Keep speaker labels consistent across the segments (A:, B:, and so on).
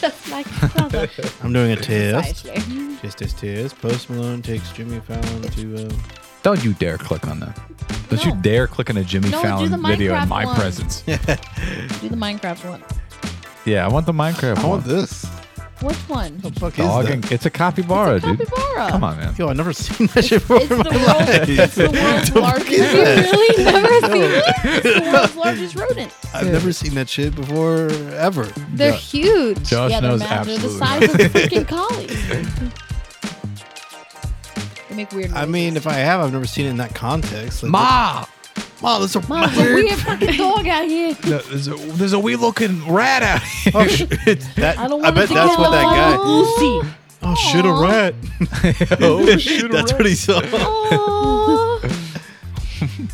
A: just like Mm-hmm. his brother.
B: I'm doing a test.
A: Precisely.
B: Just as test. Post Malone takes Jimmy Fallon to. Uh,
C: Don't you dare click on that. Don't
A: No.
C: you dare click on a Jimmy
A: No, do
C: Fallon
A: the
C: video in
A: Minecraft
C: my
A: one.
C: presence.
A: Do the Minecraft one.
C: Yeah, I want the Minecraft
B: I
C: one.
B: want this.
A: Which one?
B: The fuck
C: Dog
B: is that?
C: and- it's a capybara, Oh, dude.
A: Capybara.
C: Come on, man.
B: Yo, I've never seen that shit before.
A: It's the,
B: in my
A: world,
B: life.
A: it's the world's largest. Have you really never seen it? It's the world's largest rodent.
B: I've never seen that shit before ever.
A: They're
C: Jo-
A: huge.
C: Josh
A: yeah, they're
C: knows
A: mad. They're the
C: absolutely
A: size of freaking collies. they make weird.
B: I
A: noises.
B: mean, if I have, I've never seen it in that context. Like,
C: Ma!
B: Ma, that's a
A: Mom, it's a weird fucking dog out here.
C: No, There's a, there's a wee looking rat out here.
B: Oh, sh- that,
A: I
B: I,
A: don't want
B: bet
A: to
B: that's
A: get
B: what that guy.
A: Lucy.
B: Oh, shit, a
A: Aw.
B: rat.
C: oh, shoot,
B: that's what he saw.
A: Oh,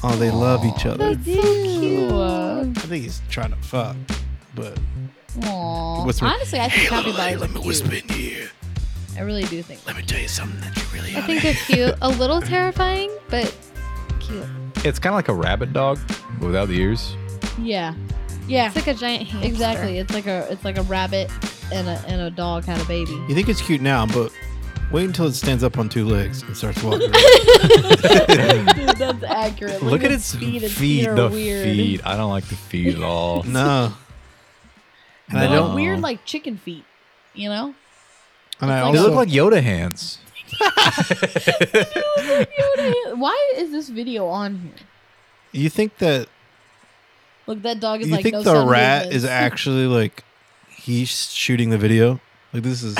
B: Oh, they love each other.
A: that's so cute.
B: I think he's trying to fuck, but
A: Aw.
B: Whisper.
A: Honestly, I think capybaras are cute.
B: in here.
A: I really do think.
B: Let me tell you something that you really.
D: I think they're cute. A little terrifying, but cute.
C: It's kind of like a rabbit dog but without the ears.
A: Yeah, yeah,
D: It's like a giant hamster.
A: exactly. It's like a it's like a rabbit and a and a dog had a baby.
B: You think it's cute now, but wait until it stands up on two legs and starts walking.
A: Dude, that's accurate.
C: Look, at its feet.
A: feet. Its feet are
C: the
A: weird.
C: feet. I don't like the feet at all.
B: no. And I
A: They're
B: don't.
A: like
C: No.
A: weird like chicken feet, you know?
B: And I
C: they
B: also.
C: look like Yoda hands.
A: Why is this video on here?
B: you think that
A: Look, that dog is
B: you
A: like
B: think
A: no
B: the
A: sun
B: rat
A: movements.
B: is actually like he's shooting the video? Like this is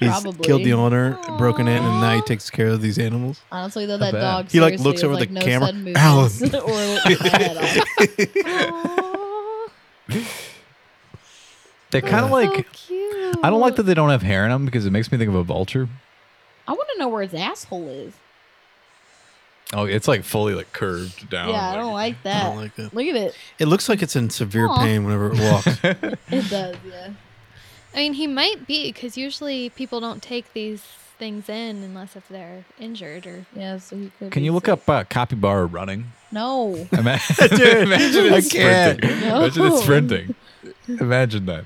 B: he's
A: Probably.
B: killed the owner, broken in, and now he
A: Aw.
B: takes care of these animals.
A: honestly though
C: I
A: that
C: bet.
A: dog
B: He, like,
A: seriously
B: looks
A: is,
B: over the
A: like, no
B: camera.
A: sudden movements or at all.
C: They're kind of like.
D: so cute.
C: I don't like that they don't have hair in them because it makes me think of a vulture.
A: I want to know where his asshole is.
C: Oh, it's like fully like curved down.
A: yeah, I don't like that.
B: I don't like that.
A: Look at it.
B: It looks like it's in severe
A: Aw.
B: pain whenever it walks.
A: It does. Yeah.
D: I mean, he might be because usually people don't take these things in unless if they're injured or
A: Yeah. So he could
C: Can
A: be
C: you look
A: sick.
C: up uh, capybara running?
A: No.
C: Ima- Imagine it sprinting.
A: No.
C: Imagine it sprinting. Imagine that.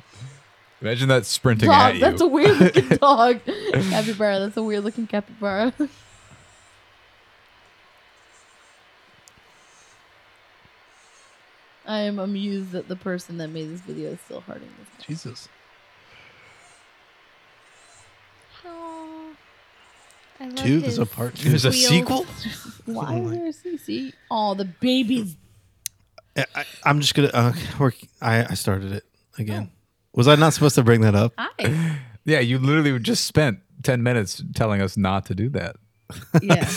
C: Imagine that sprinting at
A: Dog,
C: you.
A: that's a weird looking dog. capybara. That's a weird looking capybara. I am amused that the person that made this video is still hurting this. guy.
B: Jesus.
D: Oh, I love
B: Two, there's a
D: his
B: part two.
C: There's a
D: wheels.
C: sequel.
A: Why
B: Oh my-
A: is there a CC? Oh, the baby's
B: I, I- I'm just gonna. Uh, work. I, I started it again.
A: Oh.
B: Was I not supposed to bring that up?
A: eye.
C: Yeah, you literally just spent ten minutes telling us not to do that.
A: Yeah.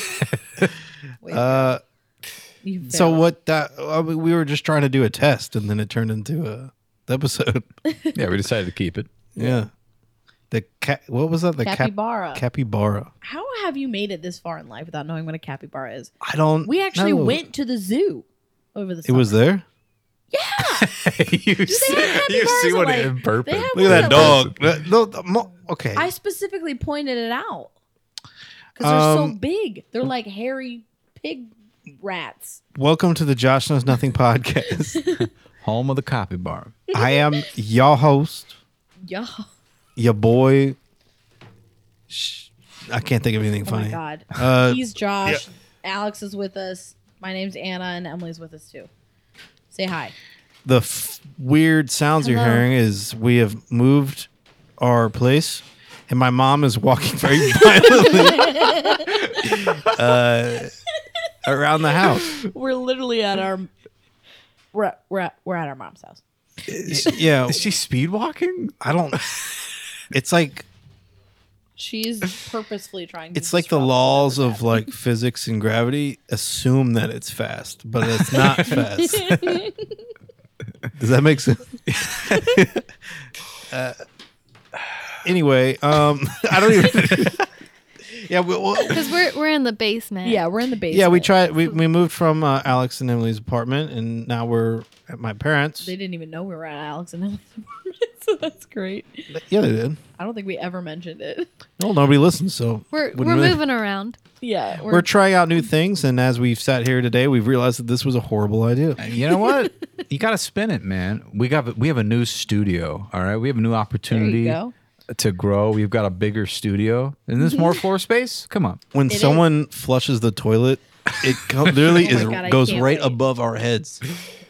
A: Wait,
B: Uh,
A: you
B: so
A: failed.
B: what? That I mean, we were just trying to do a test, and then it turned into a the episode.
C: Yeah, we decided to keep it.
B: yeah. The cat. What was that? The cap-
A: capybara?
B: capybara.
A: How have you made it this far in life without knowing what a capybara is?
B: I don't.
A: We actually
B: know.
A: went to the zoo over the
B: It
A: summer.
B: was there.
C: you see,
A: capybaras
C: you see
A: are
C: what
A: like-
C: in purpose.
A: they have
B: Look at that
C: one
B: dog. That- No, the mo- okay.
A: I specifically pointed it out because they're so
B: Um,
A: big. They're like hairy pig rats.
B: Welcome to the Josh Knows Nothing podcast.
C: Home of the capybara.
B: I am your host,
A: Yeah.
B: your boy. Sh- I can't think of anything
A: Oh my
B: funny.
A: god.
B: Uh,
A: He's Josh. Alex is with us. My name's Anna, and Emily's with us too. Say hi.
B: the f- weird sounds you're
D: Hello.
B: hearing is we have moved our place, and my mom is walking very violently uh, around the house.
A: We're literally at our we're at, we're at, we're at our mom's house.
B: Yeah,
C: Is she speed walking?
B: I don't. It's like
A: She's purposefully trying. to
B: it's like the
A: disrupt
B: laws
A: where
B: of like physics and gravity assume that it's fast, but it's not fast.
A: we're at.
B: Does that make sense? uh, anyway, um, I don't even. Yeah, we, well,
D: Because we're we're in the basement.
A: Yeah, we're in the basement.
B: yeah, we tried. We, we moved from uh, Alex and Emily's apartment, and now we're at my parents.
A: They didn't even know we were at Alex and Emily's apartment, so that's great.
B: yeah, they did.
A: I don't think we ever mentioned it.
B: Well, nobody listens, so
D: We're
B: wouldn't
D: we're
B: really-
D: moving around.
A: Yeah,
B: We're trying out new things, and as we've sat here today, we've realized that this was a horrible idea.
C: You know what? you gotta spin it, man. We got we have a new studio. All right, we have a new opportunity
A: go.
C: to grow. We've got a bigger studio. Isn't this more floor space? Come on.
B: When
A: is.
B: someone flushes the toilet, it co- literally
A: Oh my
B: is
A: God, I
B: goes
A: can't
B: right
A: wait.
B: above our heads.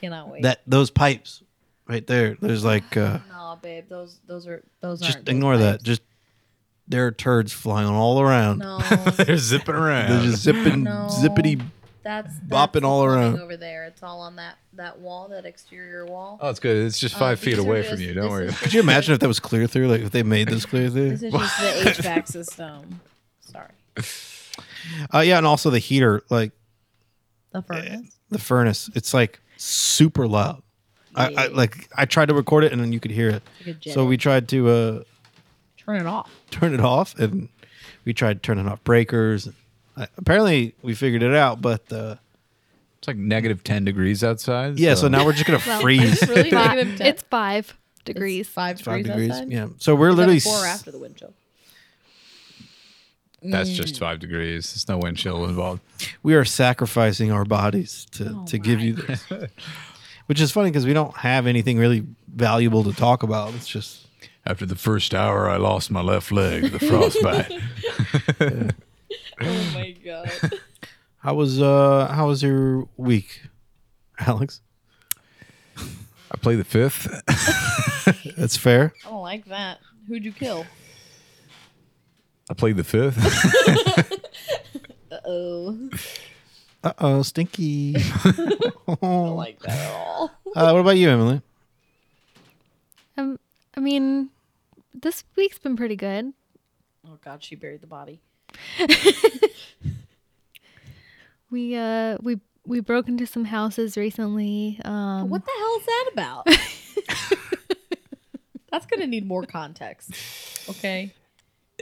A: cannot wait.
B: That those pipes right there. There's like uh,
A: no, babe, those those are those
B: just
A: aren't. those
B: ignore that.
A: vibes.
B: Just there are turds flying all around.
A: no,
C: They're zipping around.
B: They're just zipping,
A: No.
B: zippity.
A: that's, that's
B: Bopping
A: the
B: all
A: plumbing
B: around.
A: over there. It's all on that that wall, that exterior wall.
C: oh, it's good. It's just
A: Uh,
C: five feet
A: these are
C: away
A: just-
C: from you. Don't
A: this
C: worry.
A: is
B: Could you
A: just-
B: imagine if that was clear through? Like if they made this clear through?
A: This is just the HVAC system. Sorry,
B: Uh, yeah, and also the heater, like
A: the furnace.
B: the furnace. It's like super loud. I, I
A: Yeah.
B: like I tried to record it and then you could hear it.
A: Like a jet
B: So we
A: engine.
B: tried to uh,
A: turn it off.
B: turn it off and we tried turning off breakers. I, apparently we figured it out, but uh,
C: It's like negative ten degrees outside.
B: yeah. So now we're just gonna
D: Well,
B: freeze.
A: Really
D: Fi-
A: negative ten.
D: it's five degrees.
A: It's five,
B: Five
A: degrees.
B: degrees.
A: outside?
B: Yeah. So we're
A: Is that
B: literally
A: before or
B: s-
A: after the wind chill.
C: that's just five degrees. There's no wind chill involved.
B: we are sacrificing our bodies to
A: Oh
B: to give
A: my.
B: you this, which is funny because we don't have anything really valuable to talk about. It's just
C: After the first hour, I lost my left leg. The frostbite.
A: Oh my god.
B: how was uh how was your week, Alex?
C: I play the fifth.
B: That's fair.
A: I don't like that. Who'd you kill?
C: I played the fifth.
A: Uh oh.
B: Uh oh, stinky.
A: I don't like that at all.
B: Uh, what about you, Emily?
D: Um, I mean, this week's been pretty good.
A: Oh god, she buried the body.
D: We uh we we broke into some houses recently. Um,
A: What the hell is that about? That's gonna need more context. Okay.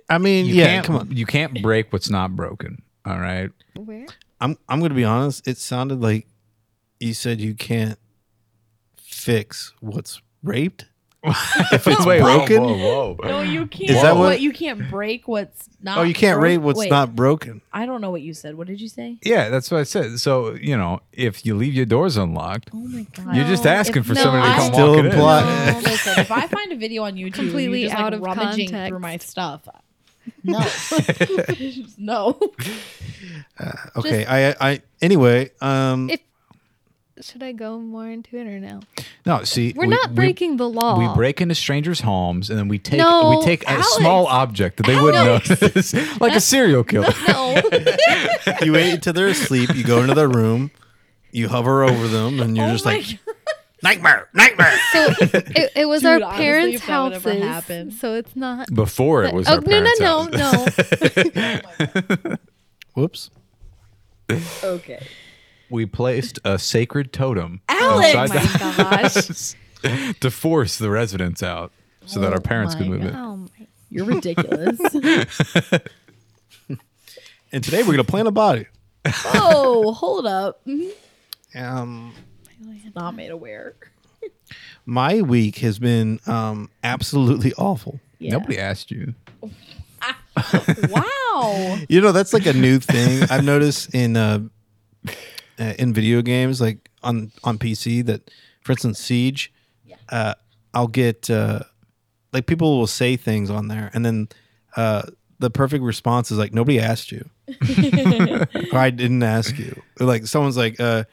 B: I mean,
C: You
B: yeah,
C: can't-
B: come on.
C: You can't break what's not broken. All right.
D: Where?
B: I'm I'm gonna be honest. It sounded like you said you can't fix what's raped.
C: if
B: it's broken?
C: whoa, whoa.
A: No, you can't.
B: Is that
A: what,
B: what-
A: you can't break what's not.
B: oh, you can't
A: broke-
B: rape what's
A: Wait,
B: not broken.
A: I don't know what you said. What did you say?
C: Yeah, that's what I said. So you know, if you leave your doors unlocked,
A: Oh my god.
C: you're just
D: No,
C: asking
D: if-
C: for
D: no,
C: somebody to
A: I-
C: come
B: Still
C: walking
B: imply-
C: in.
A: No, listen, if I find a video on YouTube completely
D: Completely
A: you just,
D: out
A: like,
D: of
A: rummaging through
D: context.
A: my stuff, no, Just no.
B: Okay, I I anyway. Um,
D: If- Should I go more into it or no?
C: No, see,
D: We're
C: we-
D: not
C: we-
D: breaking the law.
C: We break into strangers' homes and then we take
D: No,
C: we take a
A: Alex.
C: small object that they
A: Alex.
C: wouldn't notice, like a serial killer.
D: No.
B: you wait until they're asleep. You go into their room. You hover over them, and you're
A: Oh
B: just
A: my
B: like
A: God.
B: nightmare, nightmare.
D: so it, it was
A: Dude,
D: our
A: honestly,
D: parents'
A: if that would ever
D: houses.
A: happen.
D: So it's not.
C: Before it was
D: oh
C: our
D: no no
C: parents'
D: no
C: house.
D: no.
B: Whoops.
A: okay,
C: We placed a sacred totem
A: Alex.
C: outside the
D: Oh my
C: house to force the residents out so that
A: Oh
C: our parents could
A: my
C: move in.
D: Oh my.
A: you're ridiculous.
B: And today we're gonna plant a body.
A: oh, hold up.
B: Um,
A: Not made aware.
B: my week has been um absolutely awful.
A: Yeah.
C: Nobody asked you.
A: Wow.
B: You know, that's like a new thing I've noticed in uh, uh in video games, like on on PC. That, for instance, Siege, uh, I'll get uh, like people will say things on there, and then uh, the perfect response is like, "Nobody asked you," or "I didn't ask you." Or, like someone's like, uh,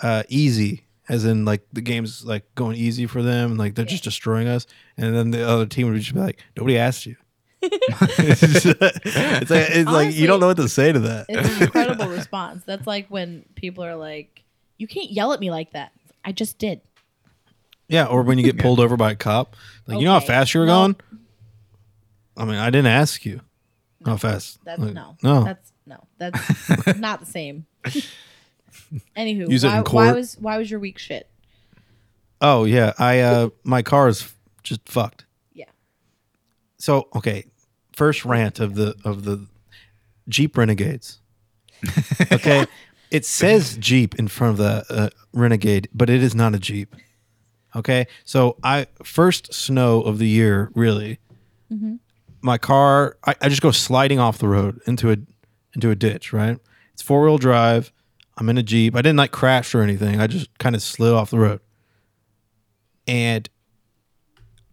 B: uh, "Easy." As in, like the game's like going easy for them, and like they're just destroying us. And then the other team would just be like, "Nobody asked you." it's like, it's like you
A: Honestly,
B: don't know what to say to that.
A: It's an incredible response. That's like when people are like, "You can't yell at me like that." I just did.
B: Yeah, or when you get pulled over by a cop, like you know how
A: Okay,
B: fast you were
A: no.
B: going. I mean, I didn't ask you how fast.
A: That's
B: Like,
A: no.
B: no.
A: That's no. That's not the same. Anywho,
B: Use it
A: why,
B: in
A: why
B: court.
A: was why was your week shit?
B: oh yeah, I uh, my car is f- just fucked.
A: Yeah.
B: So okay, first rant of the of the Jeep Renegades. Okay, it says Jeep in front of the uh, Renegade, but it is not a Jeep. Okay, so I first snow of the year really. My car, I, I just go sliding off the road into a into a ditch. Right, it's four wheel drive. I'm in a Jeep. I didn't like crash or anything. I just kind of slid off the road, and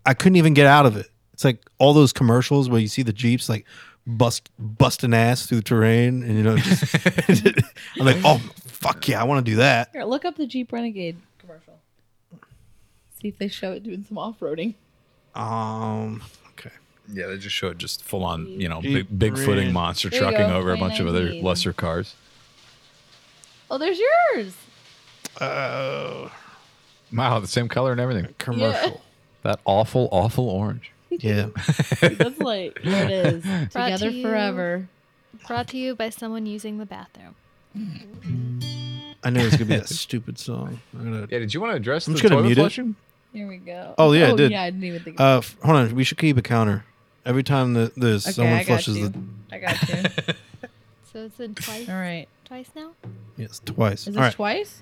B: I couldn't even get out of it. It's like all those commercials where you see the jeeps like bust busting ass through terrain, and you know, just, I'm like, oh fuck yeah, I want to do that.
A: Here, look up the Jeep Renegade commercial. See if they show it doing some off-roading.
B: Um, okay,
C: Yeah, they just showed just full on, you know,
B: Jeep
C: big, big footing
B: Grand.
C: monster
A: There you
C: trucking
A: go,
C: over a bunch of other
A: 2019.
C: lesser cars.
A: Oh, there's yours.
B: uh,
C: Wow, the same color and everything.
B: commercial.
C: That awful, awful orange.
B: Yeah,
A: That's like there it is.
D: Brought to
A: Together
D: you.
A: forever.
D: Brought to you by someone using the bathroom.
B: I knew it was gonna be that stupid song. I'm gonna-
C: Yeah, did you want to address
B: I'm
C: the
B: just gonna
C: toilet
B: mute it.
C: flushing?
A: Here we go.
B: Oh, yeah, it did.
A: Yeah, I didn't even think.
B: Uh, f- hold on, we should keep a counter. Every time that there's
A: okay,
B: someone
A: I got
B: flushes
A: you.
B: the
A: I got you.
D: So it's in twice,
A: All right.
D: twice now.
B: yes twice.
A: Is this
B: All right,
A: twice?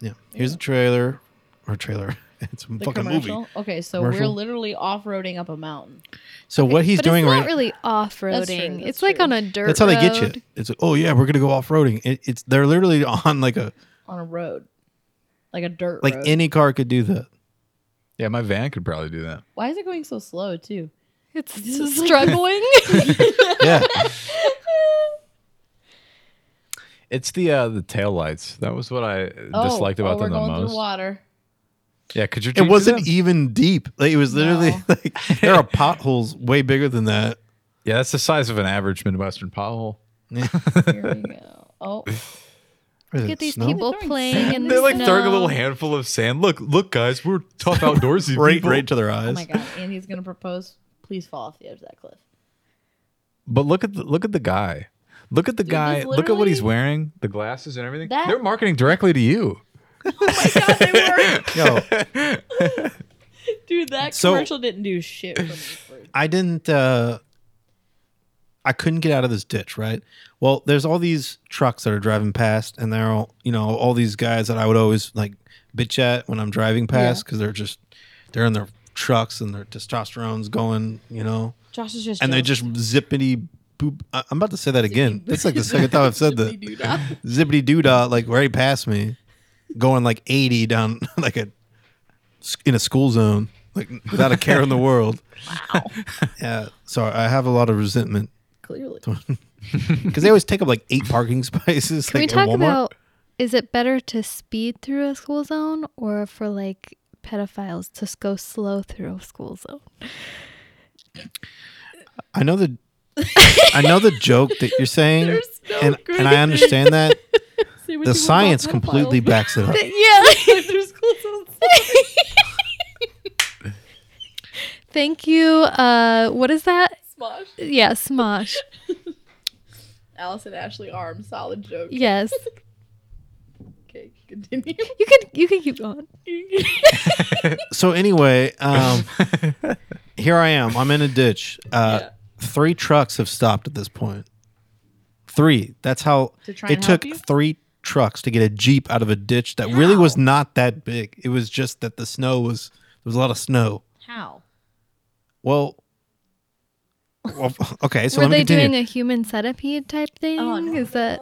B: yeah. Here's a trailer or trailer. It's a
A: The
B: fucking
A: commercial.
B: movie.
A: Okay, so we're
B: Commercial.
A: literally off-roading up a mountain.
B: So what he's
D: but
B: doing
D: it's not
B: right
D: really
A: That's true,
D: off-roading.
A: that's
D: it's like
A: true.
D: on a dirt.
B: That's how they get
D: road.
B: you. It's like, oh yeah, we're gonna go off roading. It, it's they're literally on like a
A: on a road, like a dirt
B: like
A: road.
B: any car could do that.
C: Yeah, my van could probably do that.
A: Why is it going so slow too?
D: It's
A: This is like-
D: struggling.
B: Yeah,
C: It's the uh, the tail lights. That was what I
A: Oh,
C: disliked about
A: oh,
C: them
A: we're
C: the
A: going
C: most.
A: through water.
C: Yeah, could your
B: it
C: Jeep
B: wasn't
C: Do that?
B: even deep. Like it was literally
A: No.
B: like there are potholes way bigger than that.
C: yeah, that's the size of an average Midwestern pothole.
A: Here we go. Oh,
B: Is
D: Get
B: it
D: these
B: snow?
D: people
A: Throwing
D: playing
A: sand
D: in
A: in
D: the
A: They,
C: They're like throwing a
D: snow.
C: little handful of sand. Look, look, guys, we're tough outdoorsy
B: right
C: people.
B: right to their
A: oh
B: eyes.
A: my god! And he's gonna propose. Please fall off the edge of that cliff.
C: But look at the, look at the guy. Look at the guy.
A: he's
C: Look at what he's
A: literally-
C: wearing. The glasses and everything.
A: That-
C: They're marketing directly to you.
A: Oh God, they were.
B: Yo,
A: Dude, that
B: So-
A: commercial didn't do shit for me. For,
B: I didn't. uh I couldn't get out of this ditch. Right. Well, there's all these trucks that are driving past, and they're all you know all these guys that I would always like bitch at when I'm driving past because they're just they're in their trucks and their testosterone's going. You know.
A: Josh is just
B: and they
A: jealous.
B: just zippity boop. I- I'm about to say that again. That's like the second time I've said that.
A: Zippity-doo-dah.
B: Zippity doo dah, like right past me, going like 80 down like a in a school zone, like without a care in the world. Wow. Yeah. So I have a lot of resentment
A: clearly.
B: because they always take up like eight parking spaces.
D: Can we
B: like
D: talk
B: at Walmart.
D: about? Is it better to speed through a school zone or for like pedophiles to s- go slow through a school zone?
B: I know the. I know the joke that you're saying,
A: There's no
B: and,
A: good-
B: and I understand that
A: Say what you want
B: the
A: about
B: science completely
A: pedophiles.
B: backs it up.
D: Yeah.
A: There's clothes on-
D: Thank you. Uh, what is that?
A: Smosh.
D: Yeah, Smosh.
A: Alice and Ashley arm. Solid joke.
D: Yes.
A: Okay, continue.
D: You can you can keep going.
B: so anyway, um, here I am. I'm in a ditch. Uh,
A: Yeah.
B: Three trucks have stopped at this point. Three. That's how
A: To try
B: it
A: and help
B: took
A: you?
B: three trucks to get a jeep out of a ditch that really was not that big. It was just that the snow was there was a lot of snow.
A: How?
B: Well, well okay. So
D: Were
B: let me
D: they
B: continue.
D: doing a human centipede
A: Oh,
D: type thing? Is that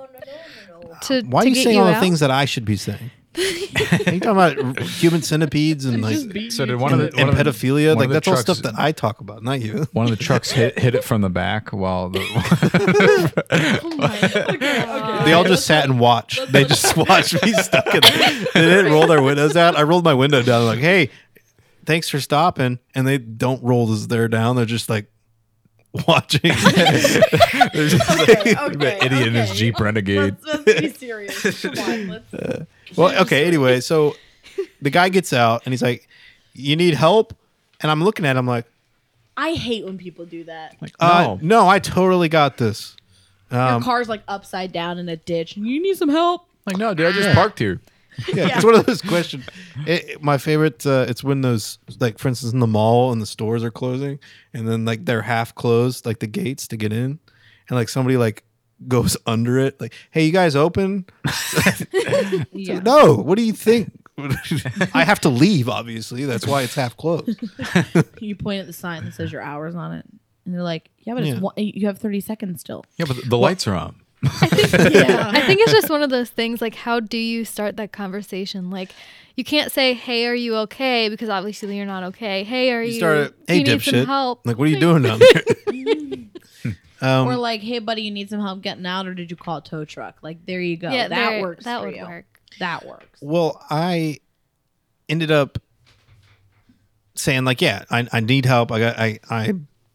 D: to
B: Why are
D: to
B: you
D: get
B: saying
D: you
B: all the
D: out?
B: things that I should be saying? Are you talking about r- human centipedes and like
A: Just beat
C: So
A: so
C: did one
B: and,
C: of the
B: and
C: one of the-
B: pedophilia?
C: one
B: Like
C: of the
B: that's all
C: trucks-
B: stuff that I talk about, not you.
C: One of the trucks hit hit it from the back while the
D: Oh my God.
B: They all just sat and watched. They just watched me stuck in there. They didn't roll their windows out. I rolled my window down. like, hey, thanks for stopping. And they don't roll this there down. They're just like watching.
C: There's just
A: Okay,
C: like
A: okay,
C: the idiot in his
A: okay.
C: Jeep Renegade.
A: Let's, let's be serious. Come on, let's.
B: well, okay. Anyway, so the guy gets out and he's like, you need help. And I'm looking at him like,
A: I hate when people do that.
B: uh,
C: no.
B: no. I totally got this.
C: Um,
A: Your car's like upside down in a ditch, and you need some help.
C: Like, no, dude, I just parked here.
B: Yeah,
A: Yeah.
B: it's one of those questions. It, it- my favorite, uh, it's when those, like, for instance, in the mall and the stores are closing, and then like they're half closed, like the gates to get in, and like somebody like goes under it. Like, hey, you guys open?
A: Yeah.
B: No. What do you think? I have to leave. Obviously, that's why it's half closed.
A: You point at the sign that says your hours on it, and they're like, "Yeah, but
B: Yeah.
A: it's one, eh, you have thirty seconds still."
C: Yeah, but the, the lights are on.
A: yeah.
D: I think it's just one of those things like how do you start that conversation? Like you can't say, "Hey, are you okay?" because obviously you're not okay. "Hey, are you,
B: You start.
D: do
B: Hey,
D: you need some
B: dipshit.
D: help?"
B: Like, what are you doing down there? um,
A: or like, "Hey, buddy, you need some help getting out, or did you call a tow truck?" Like, there you go. that
D: there-
A: works.
D: That
A: for
D: would
A: you.
D: work.
A: That works.
B: Well, I ended up saying like, yeah, I, I need help. I got I I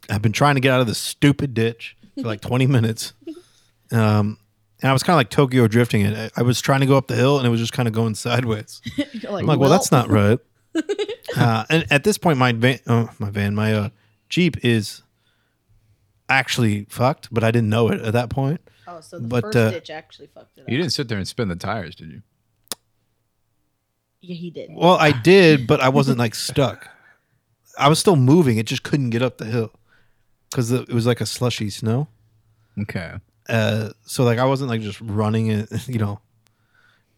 B: I've been trying to get out of this stupid ditch for like 20 minutes. Um and I was kind of like Tokyo drifting it. I- I was trying to go up the hill and it was just kind of going sideways.
A: You're
B: I'm like, well, that's not right. uh, and at this point, my van, oh, my van, my uh, Jeep is actually fucked, but I didn't know it at that point.
A: Oh, so the
B: but,
A: first
B: uh,
A: ditch actually fucked it up.
C: You didn't sit there and spin the tires, did you?
A: Yeah, he did.
B: Well, I did, but I wasn't like stuck. I was still moving. It just couldn't get up the hill because it was like a slushy snow.
C: Okay.
B: Uh, so like I wasn't like just running it, you know,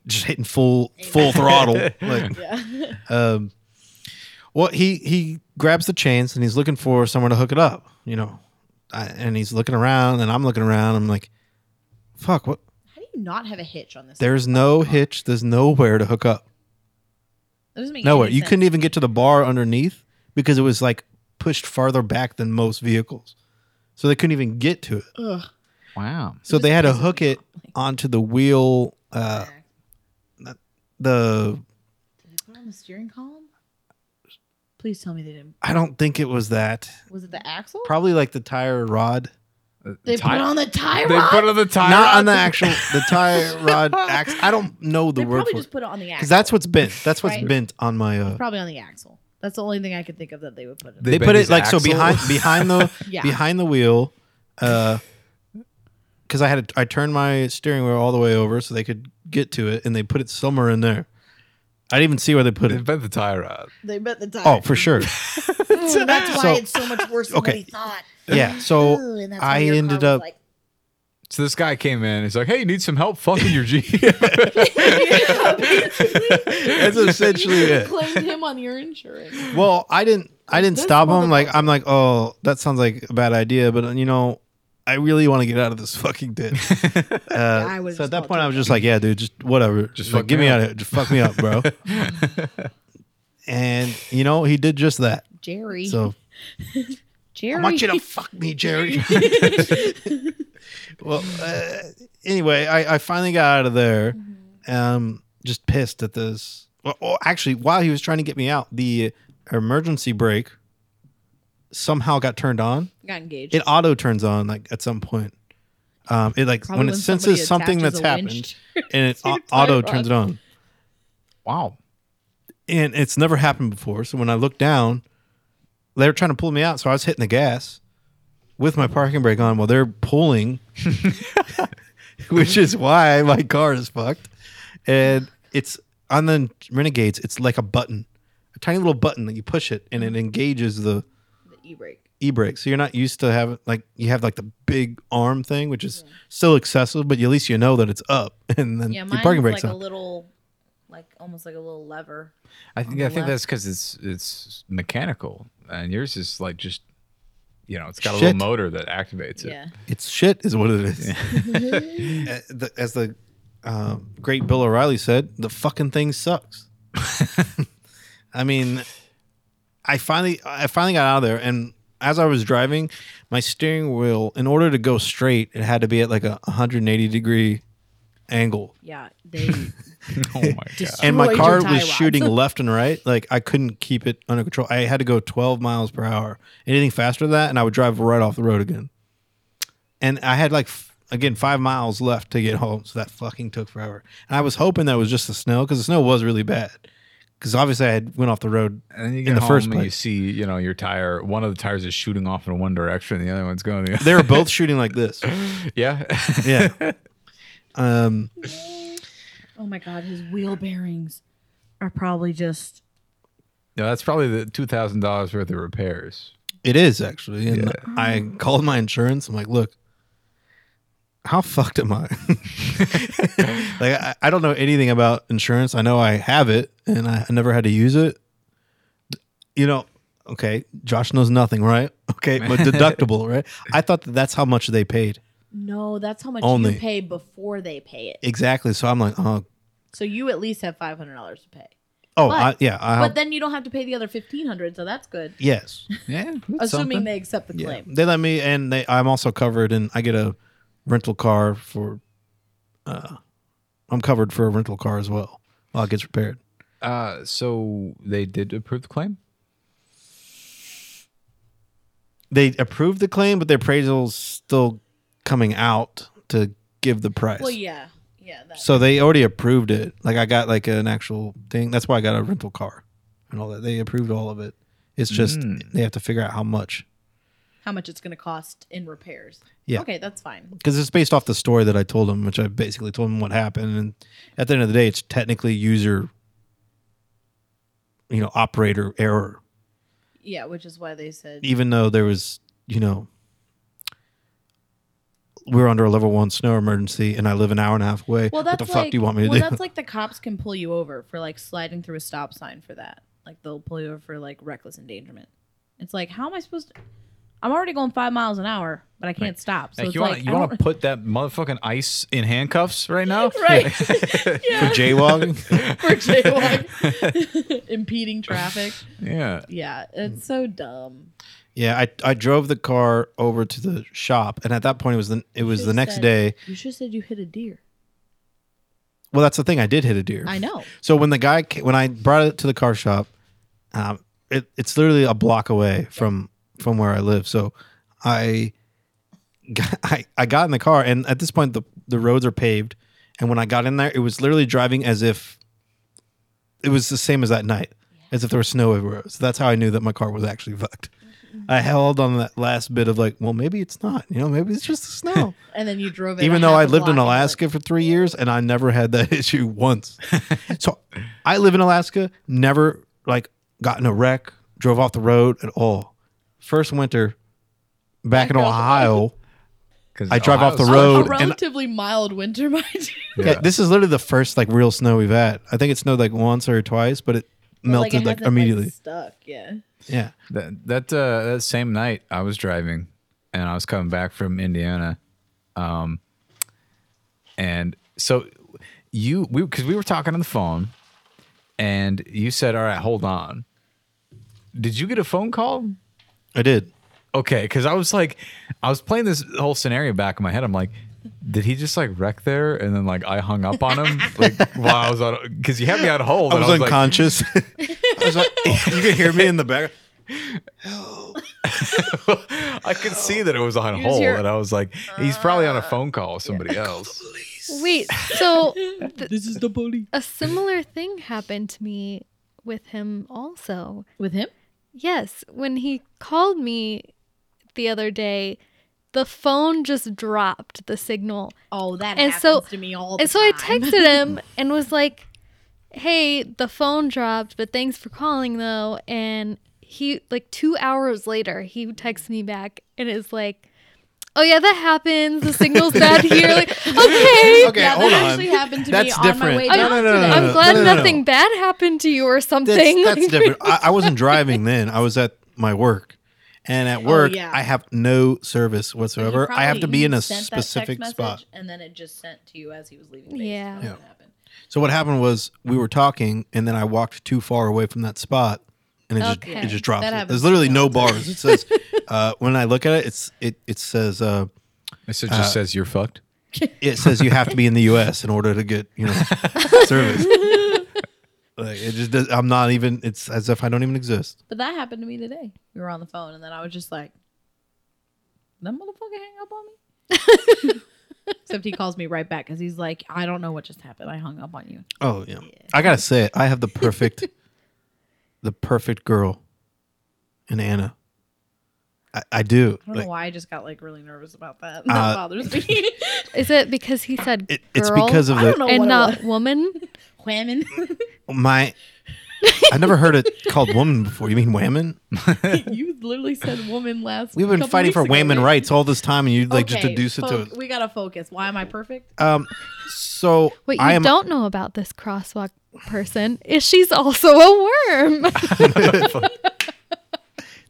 B: just hitting full full throttle. Like,
A: Yeah.
B: um, well, he he grabs the chains and he's looking for someone to hook it up, you know, I, and he's looking around and I'm looking around. I'm like, fuck, what?
A: How do you not have a hitch on this?
B: There's no hitch. There's nowhere to hook up.
A: that doesn't make
B: Nowhere.
A: any
B: You
A: sense.
B: couldn't even get to the bar underneath because it was like pushed farther back than most vehicles. So they couldn't even get to it.
A: Ugh.
C: Wow.
B: So
A: It
B: they
A: just
B: had to
A: pisses
B: hook
A: me
B: it
A: off, like-
B: onto the wheel, uh,
A: Did
B: the,
A: I put it on the steering column? Please tell me they didn't.
B: I don't think it was that.
A: Was it the axle?
B: Probably like the tire rod.
A: they
C: Uh, Ti-
A: put it on the tie
C: They
A: rod.
C: put it on the tire.
B: Not on
C: rod?
B: the actual, the tire rod ax I don't know the
A: they
B: word
A: probably
B: for
A: just
B: it.
A: put it on the axle.
B: Because that's what's bent. That's what's
A: Right.
B: bent on my, uh,
A: probably on the axle. That's the only thing I could think of that they would put it. on.
C: They
B: they
C: bent
B: put
C: his
B: it like so
C: axle.
B: behind behind the
A: Yeah.
B: behind the wheel uh because i had a, i turned my steering wheel all the way over so they could get to it and they put it somewhere in there i didn't even see where they put
C: They
B: it
C: bent the tire out.
A: They bet the tire.
B: oh for sure
A: Ooh, that's why
B: So-
A: it's so much worse than
B: okay.
A: what he thought.
B: yeah
A: Ooh,
B: so
A: and that's why
B: i
A: your car
B: ended
A: was
B: up
A: like-
C: So this guy came in. He's like, "Hey, you need some help fucking your Jeep?"
B: that's essentially
A: you
B: it
A: claimed him on your insurance.
B: well i didn't i didn't
A: This
B: stop him like i'm like oh that sounds like a bad idea but uh, you know i really want to get out of this fucking ditch
A: I
B: uh,
A: would've
B: so
A: just
B: at that
A: called
B: point i was just like yeah dude just whatever
C: Just
B: just
C: fuck
B: like, get
C: me
B: me
C: up.
B: out of here just fuck me up bro and you know he did just that
A: Jerry.
B: so
A: Jerry.
B: fuck me, Jerry. well, uh, anyway, I, I finally got out of there,
A: Mm-hmm.
B: um, just pissed at this. Well, oh, actually, while he was trying to get me out, the emergency brake somehow got turned on.
A: got engaged.
B: It auto turns on like at some point. Um, it like
A: Probably
B: when it
A: somebody
B: senses something
A: attaches
B: that's
A: a winch
B: happened, and it
A: to your
B: au- auto
A: tire
B: turns it on
C: wow.
B: and it's never happened before. So when I looked down, they were trying to pull me out, so I was hitting the gas with my parking brake on while they're pulling, which is why my car is fucked. And it's on the Renegades. It's like a button, a tiny little button that you push it, and it engages the
A: the e-brake.
B: e brake. So you're not used to having like you have like the big arm thing, which is still accessible, but at least you know that it's up, and then
A: Yeah,
B: your
A: mine
B: parking
A: was
B: brake's
A: like a
B: on.
A: little, like almost like a little lever.
C: I think
A: the
C: I think
A: left.
C: that's because it's it's mechanical, and yours is like just, you know, it's got a
B: Shit.
C: little motor that activates it.
A: yeah.
B: It's shit, is what it is. Uh, the- As the um, great Bill O'Reilly said, the fucking thing sucks. I mean, I finally, I finally got out of there, and as I was driving, my steering wheel, in order to go straight, it had to be at like a 180 degree angle,
A: Yeah. They
C: Oh my god.
A: Just-
B: and my
A: Destroyed
B: car
A: your tie
B: was
A: rods.
B: shooting left and right. Like I couldn't keep it under control. I had to go 12 miles per hour. Anything faster than that, and I would drive right off the road again. And I had like f- again five miles left to get home, so that fucking took forever. And I was hoping that was just the snow because the snow was really bad. Because obviously I had went off the road.
C: And then you
B: in
C: get
B: the
C: home
B: first
C: and you
B: place.
C: see, you know, your tire. One of the tires is shooting off in one direction, and the other one's going the
B: They were both shooting like this.
C: other. Yeah.
B: Yeah. Um,
A: Oh my god, his wheel bearings are probably just
C: no, that's probably the two thousand dollars worth of repairs.
B: it is actually. And I called my insurance. I'm like, look, how fucked am I? like I, I don't know anything about insurance. I know I have it and I, I never had to use it. You know, okay, Josh knows nothing, right? Okay, but deductible, right? I thought that that's how much they paid.
A: No, that's how much
B: Only.
A: you pay before they pay it.
B: Exactly. So I'm like, oh,
A: So you at least have five hundred dollars to pay.
B: oh,
A: But-
B: I, yeah, I
A: but then you don't have to pay the other fifteen hundred, so that's good.
B: yes,
C: Yeah.
A: Assuming they accept the
B: yeah.
A: claim.
B: They let me, and they, I'm also covered, and I get a rental car for. uh I'm covered for a rental car as well while it gets repaired.
C: Uh, so they did approve the claim.
B: they approved the claim, but the appraisal's still coming out to give the price.
A: Well, yeah, yeah. That,
B: So they already approved it. Like I got like an actual thing. That's why I got a rental car and all that. They approved all of it. It's just
C: Mm. Hmm.
B: they have to figure out how much
A: how much it's going to cost in repairs?
B: Yeah.
A: Okay, that's fine.
B: because it's based off the story that I told them, which I basically told them what happened. And at the end of the day, it's technically user, you know, operator error.
A: Yeah, which is why they said
B: even though there was, you know, we are under a level one snow emergency and I live an hour and a half away.
A: Well,
B: what
A: that's
B: the
A: like,
B: fuck do you want me to
A: well,
B: do?
A: that's like the cops can pull you over for like sliding through a stop sign for that. Like they'll pull you over for like reckless endangerment. It's like, how am I supposed to? I'm already going five miles an hour, but I can't stop. So
C: Like,
A: it's
C: you want
A: like,
C: you
A: I
C: want to
A: don't-
C: put that motherfucking ice in handcuffs right now?
A: right? yeah,
B: Jaywalking?
A: for jaywalking, impeding traffic.
C: yeah.
A: Yeah, it's so dumb.
B: yeah, I, I drove the car over to the shop and at that point it was the it was the
A: Should've
B: next
A: said-
B: day.
A: You should have said you hit a deer.
B: Well, that's the thing. I did hit a deer.
A: I know.
B: So when the guy ca- when I brought it to the car shop, um, it, it's literally a block away from from where I live. So I got, I I got in the car, and at this point the the roads are paved. And when I got in there, it was literally driving as if it was the same as that night, as if there was snow everywhere. So that's how I knew that my car was actually fucked. I held on that last bit of like, well, maybe it's not. You know, maybe it's just the snow.
A: And then you drove it.
B: even
A: a
B: though
A: half
B: I
A: a
B: lived in
A: block and
B: Alaska for three years and I never had that issue once. so I live in Alaska, never like got in a wreck, drove off the road at all. First winter back in
A: know.
B: Ohio,
C: 'Cause
B: I drive off the
C: Ohio's-
A: you're like,
B: road
A: A
B: and-
A: relatively mild winter, mind you.
B: yeah. this is literally the first like real snow we've had. I think it snowed like once or twice, but it melted like,
A: hasn't,
B: immediately.
A: stuck. Yeah.
B: yeah.
C: That that uh, that same night I was driving, and I was coming back from Indiana, um, and so you we because we were talking on the phone, and you said, "All right, hold on." Did you get a phone call?
B: I did.
C: Okay, because I was like, I was playing this whole scenario back in my head. I'm like, did he just like wreck there? And then like I hung up on him like while I was on because you had me on hold.
B: I
C: and
B: was,
C: like,
B: unconscious. I was like, you can hear me in the back.
C: I could see that it was on
A: just
C: hold,
A: hear- Ah,
C: and I was like, he's probably on a phone call with somebody else.
D: Wait, so
A: This is the bully.
D: a similar thing happened to me with him also.
A: With him?
D: Yes, when he called me the other day, the phone just dropped the signal.
A: Oh, that
D: And
A: happens
D: so-
A: to me all the
D: And so I
A: time.
D: texted him and was like, "Hey, the phone dropped, but thanks for calling though." And he like 2 hours later, he texts me back and is like, "Oh yeah, that happens. The signal's bad here." Like, "Okay."
B: Okay,
A: yeah,
B: hold
A: that
B: on.
A: actually happened to
B: That's
A: me on my
B: different.
A: way
B: No,
A: down
B: no, no, no,
A: today.
B: no,
D: I'm
B: no.
D: glad
B: no, no.
D: nothing bad happened to you or
B: That's,
D: something.
B: that's
D: Like,
B: different. I, I wasn't driving then. I was at my work. And at work,
A: Oh, yeah.
B: I have no service whatsoever. I have to be in a
A: Sent that text
B: specific
A: message,
B: spot.
A: And then it just sent to you as he was leaving. Base. That's
D: Yeah.
A: what
B: Yeah.
A: happened.
B: So what happened was we were talking, and then I walked too far away from that spot, and it just
D: Okay.
B: it just drops.
A: That
B: it.
A: happens
B: There's literally
A: to me
B: no
A: all the
B: bars. It says uh, when I look at it, it's it it says uh,
C: This just says you're fucked.
B: it says you have to be in the U.S. in order to get you know service. Like it just does, I'm not even. It's as if I don't even exist.
A: But that happened to me today. We were on the phone, and then I was just like, "That motherfucker hang up on me." Except he calls me right back because he's like, "I don't know what just happened. I hung up on you."
B: Oh yeah. I gotta say it. I have the perfect, the perfect girl, in Anna. I, I do.
A: I don't
B: Like,
A: know why I just got like really nervous about that. That
B: Uh,
A: bothers me.
D: Is it because he said
B: it,
D: girl
B: it's because of
A: I don't
B: the
A: know
D: and
A: what
D: not woman?
A: women.
B: my I've never heard it called woman before. You mean women?
A: you literally said woman last.
B: We've been
A: couple
B: fighting for
A: weeks ago,
B: women
A: right?
B: rights all this time, and you like just
A: Okay,
B: deduce it to.
A: fo- We gotta focus. Why am I perfect?
B: Um, so
D: Wait, you
B: I am.
D: don't know about this crosswalk person is she's also a worm.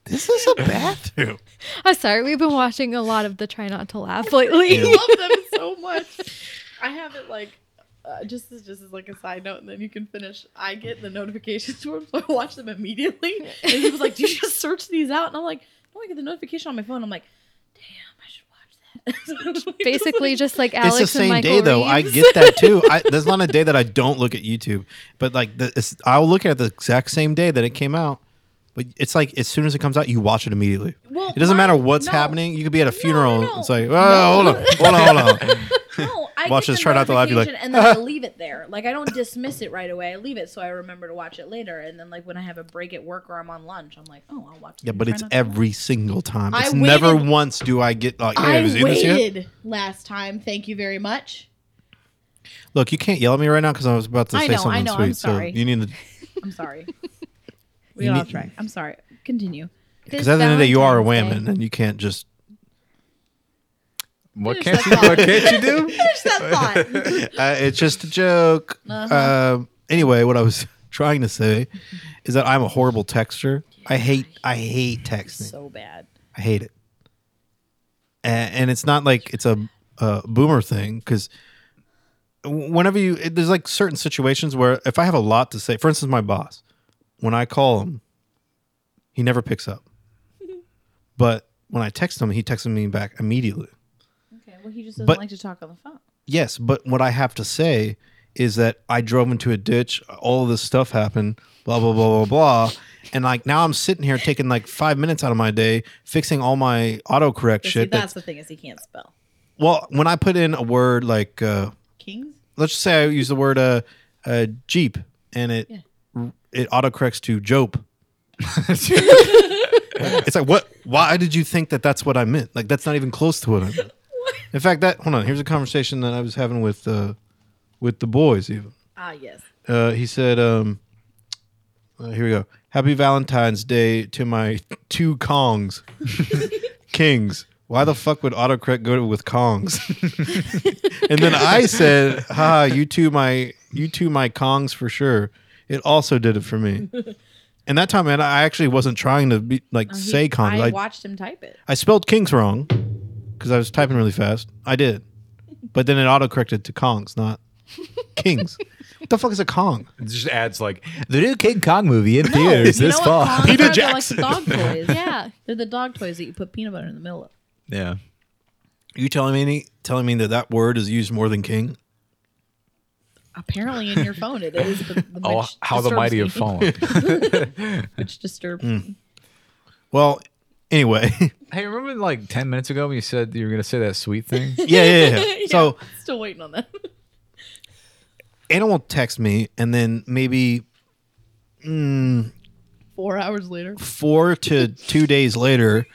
B: This is a bathroom.
D: I'm sorry, we've been watching a lot of the Try Not to Laugh lately.
A: I love them so much. I have it like uh, just as just as like a side note, and then you can finish. I get the notifications for them, so I watch them immediately. And he was like, "Do you just search these out?" And I'm like, "No, I get the notification on my phone." I'm like, "Damn, I should watch that." So I'm
D: Basically,
A: like-
D: just like Alex
B: it's the
D: and
B: same
D: Michael
B: day though. I
D: Reeves.
B: get that too. I, there's not a day that I don't look at YouTube, but like the, it's, I'll look at it the exact same day that it came out. But it's like as soon as it comes out, you watch it immediately.
A: Well,
B: it doesn't
A: mine-
B: matter what's
A: no.
B: happening. You could be at a
A: no,
B: funeral.
A: no.
B: It's like, oh,
A: No.
B: hold on, hold on, hold on.
A: no, I
B: Watch
A: get
B: this,
A: the
B: try not to laugh, you're like,
A: notification and then I leave it there. Like I don't dismiss it right away. I leave it so I remember to watch it later. And then like when I have a break at work or I'm on lunch, I'm like, oh, I'll watch.
B: Yeah,
A: the
B: but
A: Try
B: it's
A: Not to Laugh.
B: every single time.
A: I
B: It's never
A: waited-
B: once do I get like, hey,
A: I
B: have you seen this yet?
A: waited last time. Thank you very much.
B: Look, you can't yell at me right now because I was about to
A: I
B: say
A: know, I
B: something
A: know, I'm
B: sweet.
A: sorry.
B: So you need to,
A: I'm sorry. we
B: You
A: got
B: need-
A: off track. I'm sorry. Continue.
B: because at the end of the day, you are a woman,
D: Valentine's Day.
B: and you can't just
C: What
A: Finish
C: can't
A: that
C: you?
A: thought.
C: What can't you do?
A: Finish that thought.
B: uh, it's just a joke.
A: Uh-huh.
B: Um, anyway, what I was trying to say is that I'm a horrible texter. I hate I hate texting.
A: so bad.
B: I hate it. A- And, it's not like it's a, a boomer thing because whenever you it- there's like certain situations where if I have a lot to say, for instance, my boss, when I call him, he never picks up. but when I text him, he texts me back immediately.
A: Okay. Well, he just doesn't
B: But-
A: like to talk on the phone.
B: Yes, but what I have to say is that I drove into a ditch. All of this stuff happened. Blah blah blah blah blah. And like now, I'm sitting here taking like five minutes out of my day fixing all my autocorrect
A: But see,
B: shit.
A: that's
B: That's,
A: the thing is he can't spell.
B: well, when I put in a word like, uh,
A: Kings.
B: let's just say I use the word uh, uh, jeep, and it it autocorrects to jope. It's like what? Why did you think that that's what I meant? Like that's not even close to what I meant. In fact, that hold on. Here's a conversation that I was having with uh, with the boys even.
A: Ah, yes.
B: uh, he said, um, uh, "Here we go. Happy Valentine's Day to my two Kongs, kings. Why the fuck would autocorrect go with Kongs?" and then I said, "Ha, you two, my you two, my Kongs for sure." It also did it for me. And that time, man, I actually wasn't trying to be like
A: Uh, He-
B: say Kongs.
A: I
B: I,
A: watched him type it.
B: I spelled kings wrong because I was typing really fast. I did, but then it autocorrected to Kongs, not kings. what the fuck is a Kong?
C: It just adds like the new King Kong movie in theaters
A: you
C: this
A: know
C: fall.
A: what? Kongs
B: Peter
A: are? They're
B: Jackson.
A: Like the dog toys.
D: Yeah.
A: They're the dog toys that you put peanut butter in the middle of.
C: Yeah.
B: You telling me any, telling me that that word is used more than king?
A: Apparently, in your phone it is. But the
C: Oh,
A: which
C: how the
A: disturbs
C: mighty
A: me,
C: have fallen.
A: Which disturbs
B: Mm.
A: me.
B: Well, anyway,
C: hey, remember like ten minutes ago when you said you were gonna say that sweet thing?
B: yeah, yeah, yeah.
A: Yeah,
B: So
A: still waiting on that.
B: Anna will text me, and then maybe
A: Four hours later.
B: four to two days later,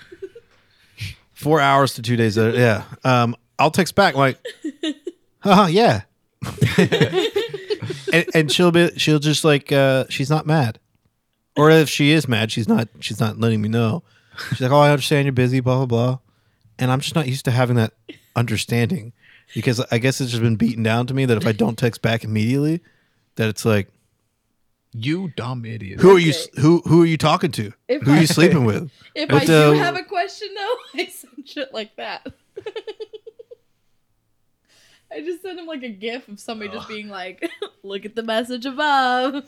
B: four hours to two days later, yeah. Um, I'll text back like, oh yeah, and, and she'll be, she'll just like, uh, she's not mad, or if she is mad, she's not, she's not letting me know. She's like, oh, I understand you're busy, blah blah blah, and I'm just not used to having that understanding because I guess it's just been beaten down to me that if I don't text back immediately, that it's like.
C: you dumb idiot.
B: Who are you? Who who are you talking to?
A: If
B: who are
A: I-
B: you sleeping with?
A: If
B: But,
A: I do
B: uh,
A: have a question though, I send shit like that. I just send him like a gif of somebody just being like, "Look at the message above."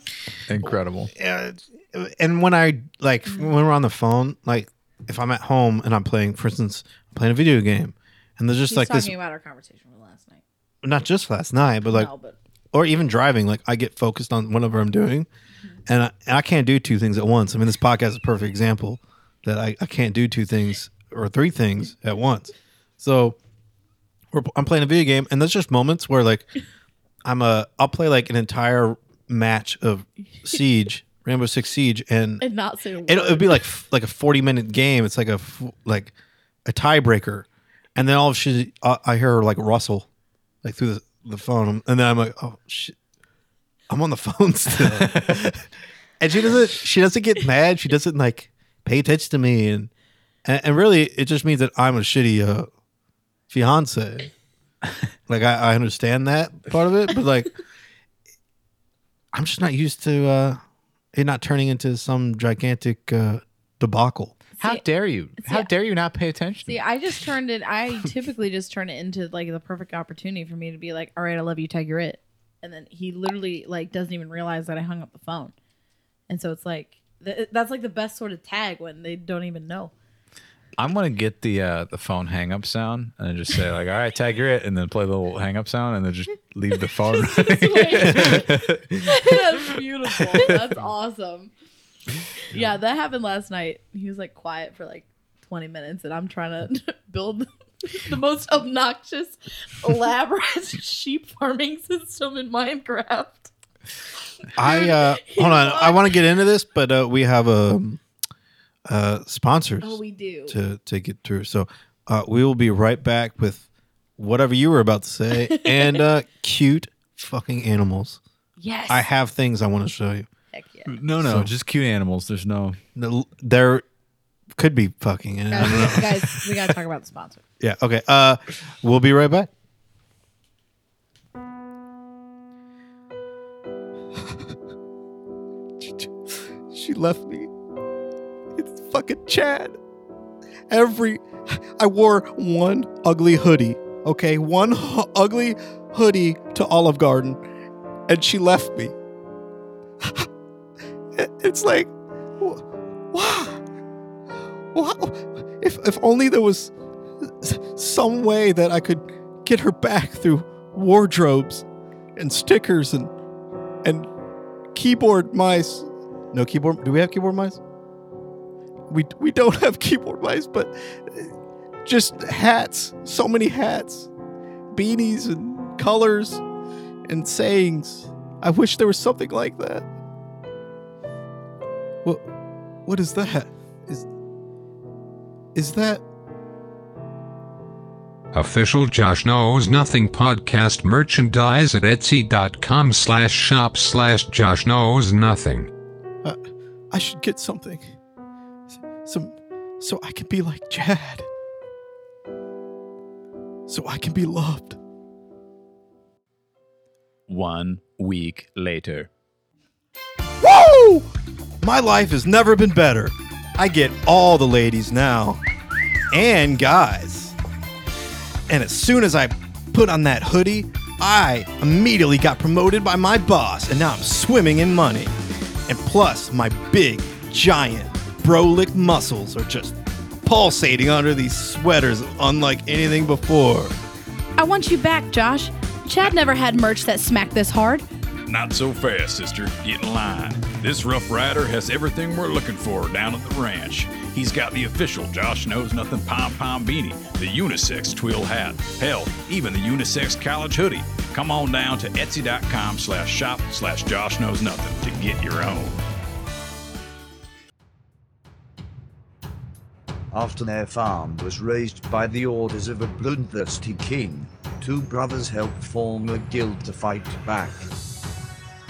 C: Incredible.
B: Yeah, it's- and when I like when we're on the phone, like if I'm at home and I'm playing, for instance, I'm playing a video game, and there's just
A: He's
B: like
A: talking
B: this,
A: about our conversation from last night.
B: not just last night, but like
A: no, but
B: or even driving, like I get focused on whatever I'm doing, and I, and I can't do two things at once. I mean, this podcast is a perfect example that I, I can't do two things or three things at once. So we're, I'm playing a video game, and there's just moments where like I'm a I'll play like an entire match of Siege, Rainbow Six Siege, and
A: and not say a word.
B: it'll, it'll be like f- like a 40 minute game it's like a f- like a tiebreaker and then all of she I, I hear her like rustle like through the, the phone and then i'm like oh shit i'm on the phone still and she doesn't she doesn't get mad she doesn't like pay attention to me and and, and really it just means that i'm a shitty uh fiance like I, I understand that part of it but like i'm just not used to uh it not turning into some gigantic uh debacle
C: How dare you? How
A: See,
C: dare you not pay attention?
A: See, I just turned it. I typically just turn it into like the perfect opportunity for me to be like, "All right, I love you, tag your it," and then he literally like doesn't even realize that I hung up the phone, and so it's like th- that's like the best sort of tag when they don't even know.
C: I'm gonna get the uh, the phone hang up sound and then just say like, "All right, tag your it," and then play the little hang up sound and then just leave the phone.
A: that's beautiful. That's awesome. Yeah, that happened last night. He was like quiet for like 20 minutes, and I'm trying to build the most obnoxious, elaborate sheep farming system in Minecraft.
B: i uh hold on i want to get into this but uh we have um uh sponsors
A: Oh, we do.
B: to to get through. So uh, we will be right back with whatever you were about to say and uh, cute fucking animals.
A: Yes.
B: I have things I want to show you.
A: Heck yeah.
C: no, no, just cute animals. There's no.
B: The- There could be fucking. in it. I don't know.
A: Guys, guys, we gotta talk about the sponsor.
B: Yeah. Okay. Uh, we'll be right back.
E: She left me. It's fucking Chad. Every. I wore one ugly hoodie, okay? One hu- ugly hoodie to Olive Garden, and she left me. It- it's like. wh- Why? Why? If, if only there was s- some way that I could get her back through wardrobes and stickers and and keyboard mice no keyboard. Do we have keyboard mice? We we don't have keyboard mice, but uh, just hats. So many hats, beanies, and colors, and sayings. I wish there was something like that. What what is that? Is is that?
F: Official Josh Knows Nothing podcast merchandise at etsy.com slash shop slash Josh Knows Nothing.
E: Uh, I should get something. S- Some so I can be like Chad. So I can be loved.
C: One week later.
B: Woo! My life has never been better. I get all the ladies now and guys. And as soon as I put on that hoodie, I immediately got promoted by my boss, and now I'm swimming in money. And plus, my big, giant, brolic muscles are just pulsating under these sweaters unlike anything before.
A: I want you back, Josh. Chad never had merch that smacked this hard.
G: Not so fast, sister. Get in line. This Rough Rider has everything we're looking for down at the ranch. He's got the official Josh Knows Nothing pom pom beanie, the unisex twill hat, hell, even the unisex college hoodie. Come on down to etsy.com slash shop slash Josh Knows Nothing to get your own.
H: After their farm was raised by the orders of a bloodthirsty king, two brothers helped form a guild to fight back.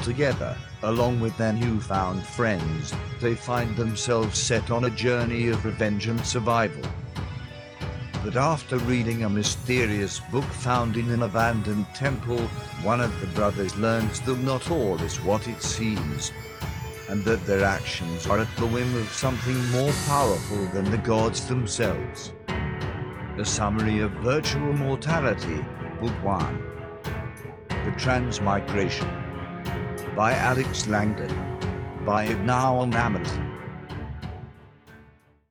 H: Together, along with their newfound friends, they find themselves set on a journey of revenge and survival. But after reading a mysterious book found in an abandoned temple, one of the brothers learns that not all is what it seems and that their actions are at the whim of something more powerful than the gods themselves. A summary of virtual mortality, Book 1. The Transmigration by Alex Langdon. By now on Amazon.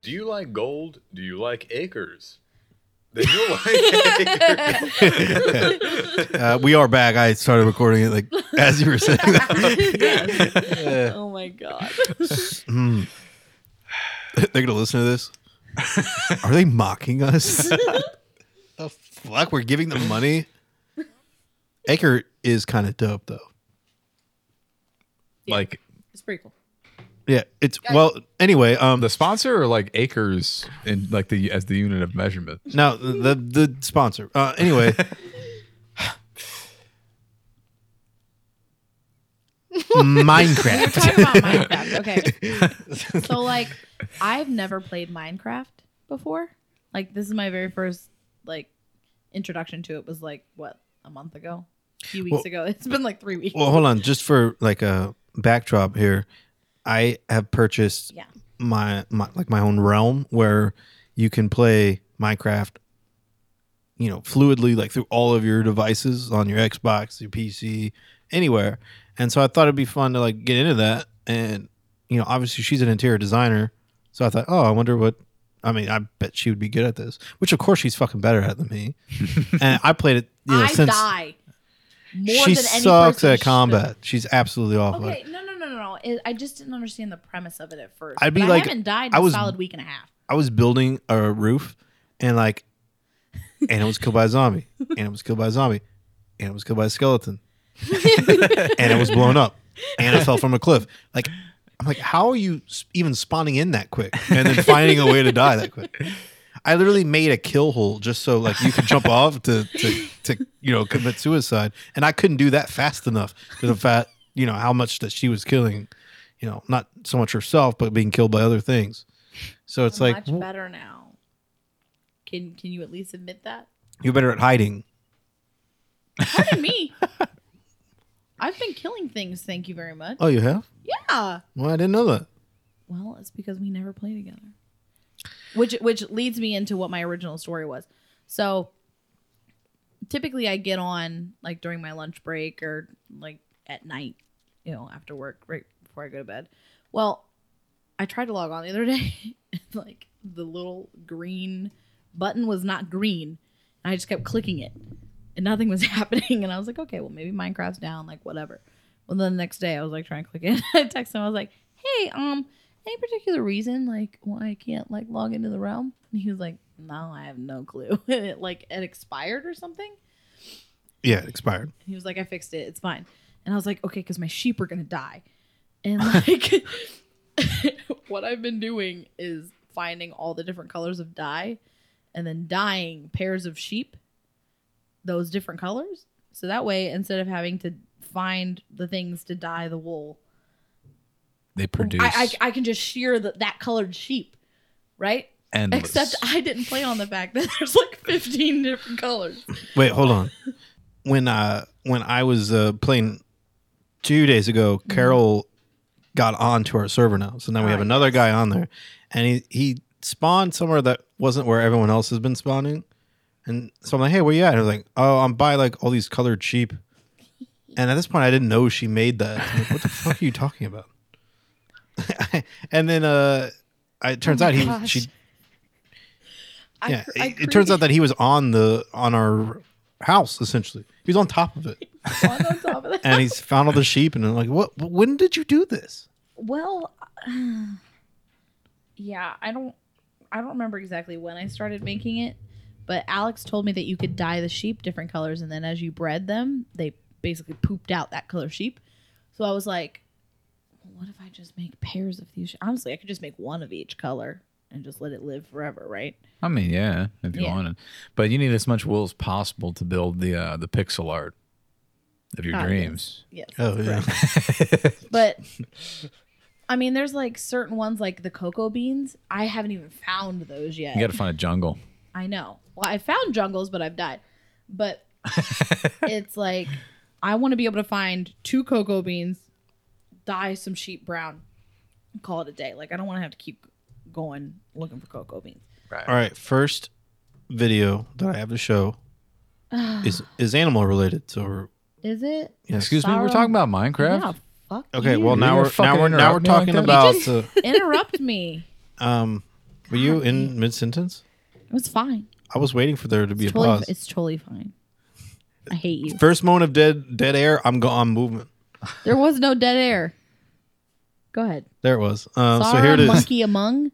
G: Do you like gold? Do you like acres? Then you'll like acres.
B: Uh, we are back. I started recording it like as you were saying.
A: Oh my god.
B: They're gonna listen to this. Are they mocking us? the fuck? We're giving them money. Acre is kind of dope though.
C: Like
A: It's pretty cool.
B: Yeah, it's well. Anyway, um,
C: the sponsor or like acres in like the as the unit of measurement.
B: no, the the sponsor. Uh, anyway,
A: We're
B: Minecraft.
A: talking about Minecraft. Okay. So like I've never played Minecraft before. Like this is my very first like introduction to it was like what, a month ago? A few weeks
B: Well-
A: ago. It's been like three weeks.
B: Well, hold on, just for like a backdrop here, I have purchased
A: Yeah.
B: my, my like my own realm where you can play Minecraft, you know, fluidly like through all of your devices on your Xbox, your PC, anywhere. And so I thought it'd be fun to like get into that. And you know, obviously she's an interior designer, so I thought, oh, I wonder what. I mean, I bet she would be good at this, which of course she's fucking better at than me. and I played it, you know,
A: I
B: since
A: die. More
B: she
A: than any
B: sucks
A: person
B: at
A: should.
B: combat. She's absolutely awful. at it.
A: Okay, no, no, no, no, no. It, I just didn't understand the premise of it at first.
B: I'd be
A: But
B: like-
A: I haven't died in
B: I was-
A: a solid week and a half.
B: I was building a roof, and like, and it was killed by a zombie, and it was killed by a zombie, and it was killed by a skeleton, and it was blown up, and it fell from a cliff. Like, I'm like, how are you s- even spawning in that quick, and then finding a way to die that quick? I literally made a kill hole just so like you could jump off to, to to you know commit suicide, and I couldn't do that fast enough to the fact you know how much that she was killing, you know, not so much herself but being killed by other things. So it's like
A: much better now. Can can you at least admit that?
B: you're better at hiding.
A: Pardon me. I've been killing things, thank you very much.
B: Oh, you have?
A: Yeah.
B: Well, I didn't know that.
A: Well, it's because we never play together. Which which leads me into what my original story was. So typically I get on like during my lunch break or like at night, you know, after work, right before I go to bed. Well, I tried to log on the other day and like the little green button was not green. And I just kept clicking it and nothing was happening. And I was like, okay, well maybe Minecraft's down, like whatever. Well then the next day I was like trying to click it. I texted him, I was like, Hey, um, any particular reason like why I can't like log into the realm? And he was like, No, I have no clue. And it like it expired or something.
B: Yeah, it expired.
A: And he was like, I fixed it. It's fine. And I was like, okay, because my sheep are going to die. And like, what I've been doing is finding all the different colors of dye and then dyeing pairs of sheep, those different colors. So that way, instead of having to find the things to dye the wool,
C: They produce
A: I, I, I can just shear the, that colored sheep, right?
C: endless.
A: Except I didn't play on the fact that there's like 15 different colors.
B: Wait, hold on. When uh when I was uh, playing two days ago, Carol got onto our server now, so now we have another guy on there, and he he spawned somewhere that wasn't where everyone else has been spawning, and so I'm like, hey, where you at? And I was like, oh, I'm by like all these colored sheep, and at this point, I didn't know she made that. I'm like, what the fuck are you talking about? and then uh, I- it turns out he was- she
A: I
B: yeah,
A: cr- I
B: it, it turns
A: created-
B: out that he was on the on our house essentially. He was on top of it,
A: on on top of that.
B: and he's found all the sheep. And I'm like, what? When did you do this?
A: Well, yeah, I don't, I don't remember exactly when I started making it, but Alex told me that you could dye the sheep different colors, and then as you bred them, they basically pooped out that color sheep. So I was like, what if I just make pairs of these? Honestly, I could just make one of each color and just let it live forever, right?
C: I mean, yeah, if you
A: Yeah.
C: wanted, but you need as much wool as possible to build the uh, the pixel art of your
A: Ah, yes.
C: dreams.
A: Yes.
B: Oh yeah,
A: But I mean, there's like certain ones like the cocoa beans. I haven't even found those yet.
C: You got to find a jungle.
A: I know. Well, I found jungles, but I've died. But it's like I want to be able to find two cocoa beans, dye some sheep brown, and call it a day. Like I don't want to have to keep going looking for cocoa beans.
B: All right, first video that I have to show is is animal related. So we're,
A: Is it?
B: yeah.
C: Excuse me, we're
A: Sorrow.
C: talking about Minecraft.
A: Yeah. Fuck.
B: Okay,
A: you.
B: well now
C: gonna
B: we're now we're now
C: fucking
B: we're talking
C: interrupt me like that?
B: about
A: You
B: the
A: interrupt me.
B: um. Were you in mid sentence?
A: It was fine.
B: I was waiting for there to be a
A: Totally,
B: pause.
A: it's totally fine. I hate you.
B: First moment of dead dead air. I'm gone. Movement.
A: There was no dead air. Go ahead.
B: There it was. Um, so
A: Sauron,
B: here it is.
A: Monkey among.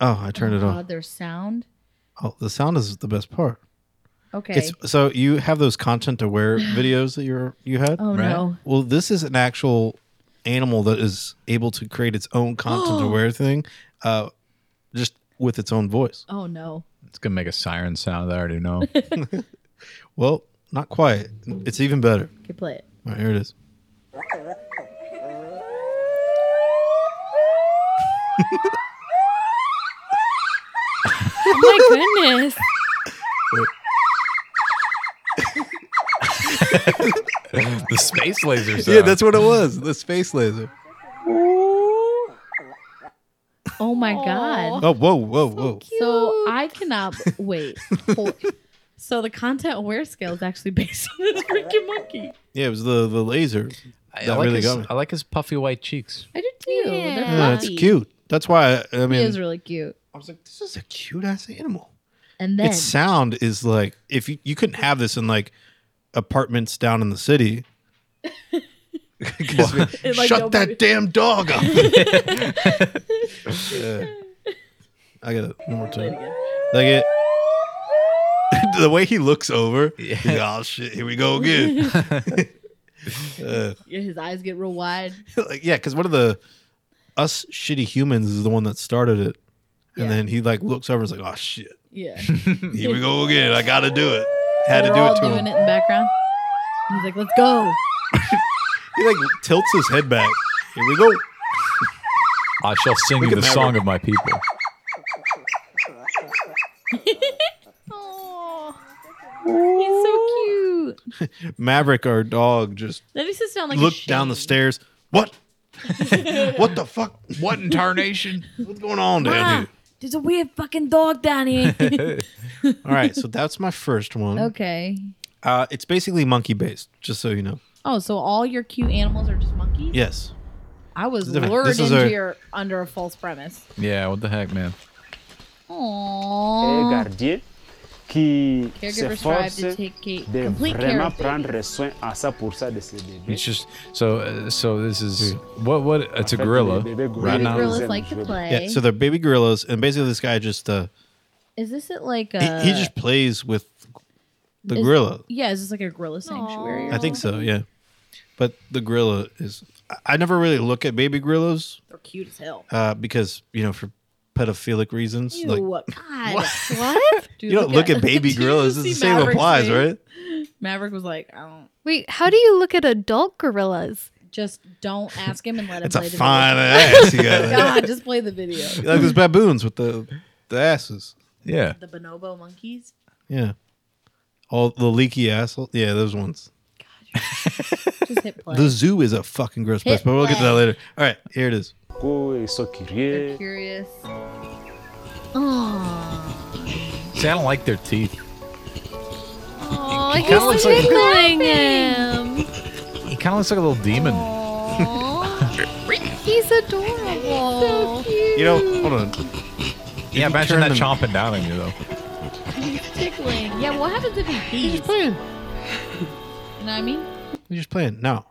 B: Oh, I turned it on.
A: God, their sound.
B: Oh, the sound is the best part.
A: Okay.
B: It's so you have those content aware videos that you're you had.
A: oh
C: Right.
A: no.
B: Well, this is an actual animal that is able to create its own content aware thing, uh, just with its own voice.
A: Oh no.
C: It's gonna make a siren sound. that I already know.
B: Well, not quite. It's even better.
A: Okay, play it.
B: All right, here it is.
D: Oh my goodness.
C: the space laser sound.
B: Yeah, that's what it was. The space laser.
A: Oh my god.
B: Oh, whoa, whoa, whoa.
A: So I cannot wait. for- so the content aware scale is actually based on this freaking monkey.
B: Yeah, it was the the laser.
C: I,
B: That
C: like
B: really
C: his,
B: got me.
C: I like his puffy white cheeks.
A: I do too. They're
D: Yeah.
B: Yeah, it's
A: fluffy.
B: cute. That's why I, I
A: He
B: mean,
A: is really cute.
B: I was like, this is a cute ass animal.
A: And then
B: Its sound is like if you, you couldn't have this in like apartments down in the city. 'Cause we-
I: It, like,
B: shut
I: don't
B: that
I: move.
B: damn dog up. Yeah. I got it one more time. Like it. the way he looks over, he's like, oh shit, here we go again. Uh,
A: yeah, his eyes get real wide.
B: like, yeah, because one of the us shitty humans is the one that started it, and
A: Yeah.
B: then he like looks over and is like, oh shit,
A: Yeah.
B: here we go again. I gotta do it. Had to
A: They're
B: do
A: all
B: it to
A: doing
B: him.
A: it in the background. He's like, let's go.
B: He like tilts his head back. Here we go.
C: I shall sing you
B: at
C: the
B: Maverick.
C: song of my people.
A: He's so cute.
B: Maverick, our dog, just
A: That makes it sound like
B: looked down the stairs. What? what the fuck?
C: What in tarnation?
B: What's going on down here?
A: Ah, There's a weird fucking dog down here.
B: All right, so that's my first one.
A: okay.
B: Uh, it's basically monkey based, just so you know.
A: Oh, so all your cute animals are just monkeys?
B: Yes.
A: I was
B: This is a-
A: lured
B: this is
A: into
B: a-
A: your under a false premise.
C: yeah, what the heck, man?
A: Aww.
J: É Gardier, qui
A: Hum. Caregivers strive to take ca- complete care of babies.
J: soin à 100% de ses bébés.
C: It's just so. Uh, so this is what? What? It's a gorilla. Right now,
A: Gorillas like to play.
B: Yeah. So they're baby gorillas, and basically this guy just uh,
A: is this at like
B: he,
A: a?
B: he just plays with the
A: Uh, Is-
B: gorilla.
A: Yeah, is this like a gorilla sanctuary?
B: I think so. Yeah. But the gorilla is. I- I never really look at baby gorillas
A: They're cute as hell.
B: uh, because you know for pedophilic reasons.
A: Ew,
B: like
A: God.
D: What?
A: Dude,
B: you don't look at baby
A: Did you
B: gorillas.
A: see
B: It's the same
A: Maverick's
B: applies,
A: face?
B: right?
A: Maverick was like, I don't.
D: Wait, how do you look at adult gorillas?
A: Just don't ask him and let him
B: It's a
A: play the
B: fine
A: video.
B: ass you got. there.
A: God, just play the video.
B: like those baboons with the the asses.
C: yeah.
A: The bonobo monkeys.
B: Yeah. All the leaky asshole. Yeah, those ones.
A: Just hit play.
B: The zoo is a fucking gross place,
A: Hit
B: but we'll get to
A: play.
B: that later. All right, here it is.
A: They're curious.
C: See, I don't like their teeth.
D: Oh,
C: kinda
D: he's
C: looks like-
D: tickling him.
C: He kind of looks like a little demon.
D: Aw. he's adorable.
B: You know, hold on.
C: yeah,
B: turn
C: imagine that
B: them-
C: chomping down on you though.
A: Tickling. Yeah, what happens if he pees? You
B: Playing.
A: know what I mean?
B: We're just playing now.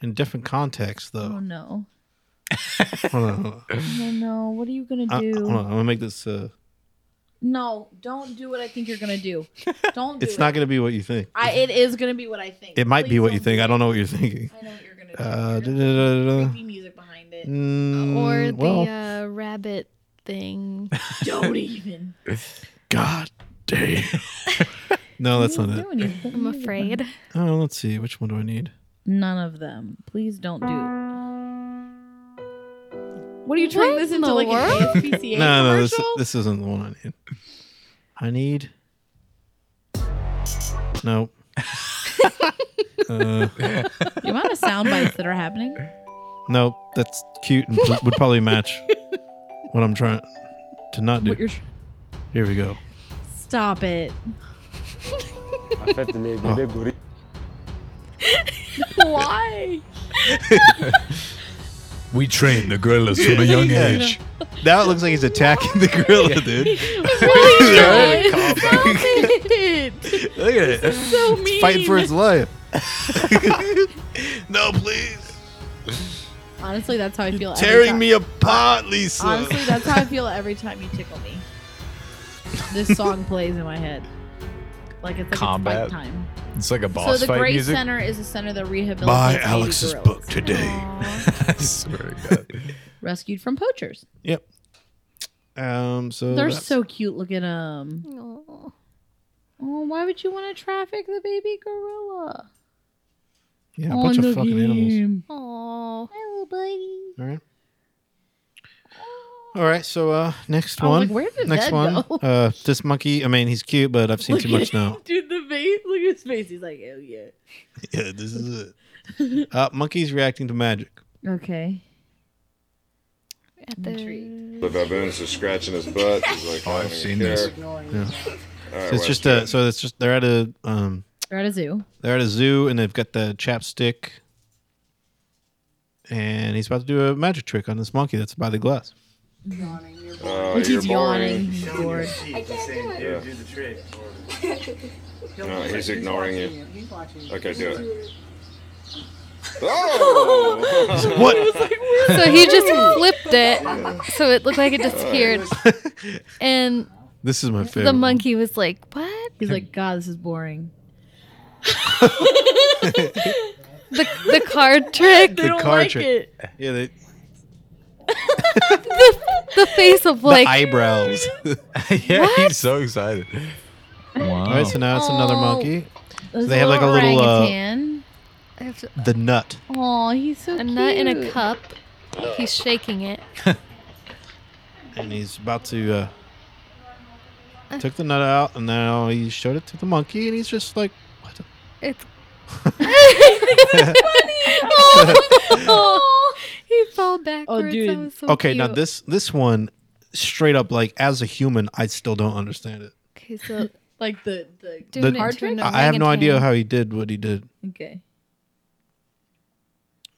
B: In different context,
A: Oh
B: though.
A: no.
B: Hold on, hold on.
A: Oh no. What are you
B: I,
A: gonna
B: I-
A: do?
B: hold on. I'm gonna make this. Uh,
A: no, don't do what I think you're gonna do. Don't do
B: it's
A: it.
B: not gonna be what you think.
A: I, it is gonna be what I think.
B: It might be
A: Please
B: what you
A: don't
B: think.
A: do
B: I
A: it.
B: don't know what you're thinking.
A: I know what you're gonna do.
B: Uh,
A: You're
B: da,
A: gonna
B: da,
A: put
B: da, da.
A: creepy music behind it.
B: Mm,
D: or the
B: well,
D: uh, rabbit thing.
A: Don't even.
B: God damn. no, that's not it.
A: Don't even.
D: I'm afraid.
B: Oh, let's see. Which one do I need?
A: None of them. Please don't do. What are you turning
D: What
A: this
D: in
A: into
D: the
A: like
D: world?
A: an ASPCA
B: no, no, this,
A: commercial?
B: this isn't the one I need. I need. No. uh,
A: the amount of sound bites that are happening.
B: no, that's cute and would probably match what I'm trying to not do.
A: What you're-
B: Here we go.
A: Stop it. Why?
C: We train the gorillas from a young
B: Yeah.
C: age.
B: Now it looks like he's attacking the gorilla, dude.
A: Stop it.
B: Look at it.
A: So mean.
B: It's fighting for its life. no, please.
A: Honestly, that's how I feel. every
B: Tearing
A: time.
B: me apart, Lisa.
A: Honestly, that's how I feel every time you tickle me. This song plays in my head. Like it's like
C: Combat.
A: it's fight time.
C: It's like a boss
A: so the
C: fight
A: Great
C: music.
A: Center is a center that rehabilitates
B: Buy
A: native
B: Alex's
A: gorillas.
B: book today.
C: I swear to God.
A: rescued from poachers.
B: Yep. Um. So
A: They're
B: that's-
A: so cute. um, Look at them. Oh, why would you want to traffic the baby gorilla?
B: Yeah, a bunch of fucking animals.
D: Oh,
B: All right. All right. So uh, next
J: I was
B: one.
J: like, where did
B: next
J: that
B: one.
J: go?
B: Uh, this monkey. I mean, he's cute, but I've seen too
A: Look
B: much
A: at-
B: now.
A: Dude, the face. Look at his face. He's like, hell yeah.
B: yeah, this is it. Uh, monkeys reacting to magic.
J: Okay.
D: at the
K: The baboons are scratching his butt. He's like, oh, I've seen this.
B: So it's just a. So it's just they're at a. Um,
J: They're at a zoo.
B: they're at a zoo and they've got the chapstick. And he's about to do a magic trick on this monkey that's by the glass.
K: Oh,
J: He's
K: you're
J: yawning.
K: boring.
J: He's bored.
K: Yeah. No, he's ignoring you. Okay, do it. Oh!
B: What?
D: so he just flipped it, so it looked like it disappeared, and
B: this is my favorite.
D: the
B: one.
D: monkey was like, "What?"
J: He's like, God, this is boring.
D: The the card trick,
A: They don't
B: card
A: like
B: trick.
A: it.
B: Yeah, the,
D: the, the face of
B: the
D: like,
B: eyebrows.
C: yeah, he's so excited. Wow.
B: All right, so now it's another
D: Oh.
B: monkey.
J: There's
B: they have, like, a little, uh,
J: orangutan.
D: I have to-
B: The nut.
J: Oh, he's so
D: a
J: cute.
D: nut in a cup. He's shaking it.
B: and he's about to uh, took the nut out and now he showed it to the monkey and he's just like what the-
D: It's. oh, he fell backwards.
A: dude.
D: That was so
B: okay now
D: cute.
B: this this one straight up like as a human i still don't understand it
D: Okay, so
A: Like the, the
D: doing
B: The-
D: it to an
B: i I have no idea
D: orangutan.
B: how he did what he did
J: Okay.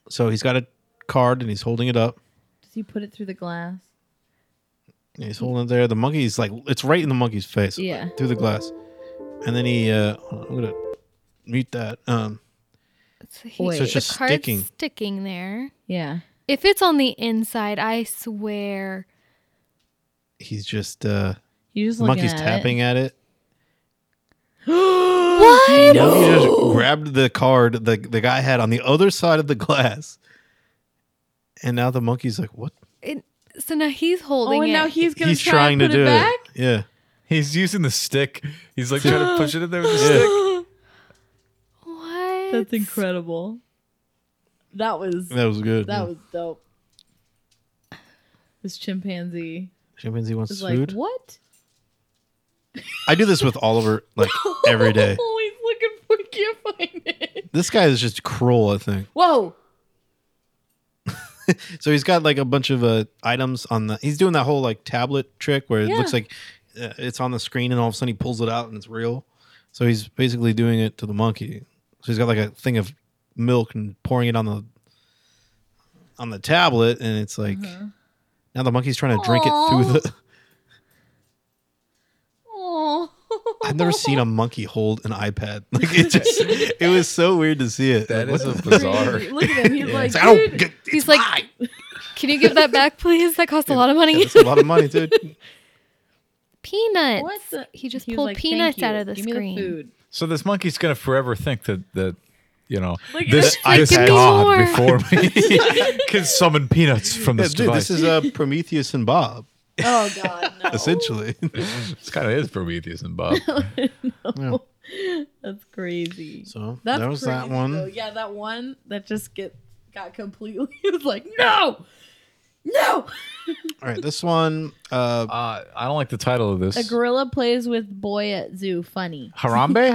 B: so he's got a card and he's holding it up
J: Does he put it through the glass?
B: and he's holding it there the monkey's like it's right in the monkey's face
J: Yeah.
B: through the glass and then he uh i'm gonna mute that um
D: So,
J: Wait. So it's
B: just
D: the card's
B: sticking.
D: sticking there.
J: Yeah.
D: If it's on the inside, I swear.
B: he's just uh
J: He's just
B: the
J: looking
B: monkey's
J: at
B: tapping
J: It.
B: at it
D: What?
B: He
A: Oh.
B: just grabbed the card the the guy had on the other side of the glass, and now the monkey's like, "What?"
D: So now he's holding
A: Oh, and
D: it.
A: now he's going to try trying to put it back?
B: Yeah,
C: He's using the stick. He's like trying to push it in there with the stick.
D: what?
A: That's incredible. That was
B: that was good.
A: that was dope.
J: This chimpanzee
B: chimpanzee wants
J: is like,
B: food.
J: what?
B: I do this with Oliver like every day.
A: Always looking for it, can't find it.
B: This guy is just cruel, I think.
A: Whoa.
B: So he's got like a bunch of uh, items on the. He's doing that whole like tablet trick where it
A: Yeah.
B: looks like uh, it's on the screen, and all of a sudden he pulls it out and it's real. So he's basically doing it to the monkey. So he's got like a thing of milk and pouring it on the on the tablet, and it's like
A: Mm-hmm.
B: now the monkey's trying to drink it through the.
D: Oh.
B: I've never seen a monkey hold an iPad. Like it just, it was so weird to see it.
C: That
B: Like,
C: is
B: what
C: a
B: the-
C: bizarre.
A: Look at him. He's like,
B: It's like, I don't get. It's
D: He's like, can you give that back, please? That costs a lot of money.
B: It's a lot of money, dude.
D: peanuts.
A: what the?
D: He just
J: He was
D: pulled
J: like, "Thank
D: peanuts
J: you.
D: out of the
J: Give me
D: screen.
J: food.
C: So this monkey's gonna forever think that that you know
A: Like,
C: this
A: it's
D: like,
C: this
D: give me
C: god
D: more.
C: before me can summon peanuts from
B: Yeah,
C: this
B: dude,
C: device.
B: this is uh, Prometheus and Bob,
A: Oh, God. No.
B: essentially.
C: It's kind of is Prometheus and Bob. Uh,
J: That's crazy.
B: So
A: That's
B: there was that
A: crazy,
B: one.
A: though. Yeah, that one that just get got completely. It was like, no. No.
B: All right, this one. Uh,
C: Uh, I don't like the title of
J: A
C: this.
J: gorilla plays with boy at zoo. Funny.
C: Harambe?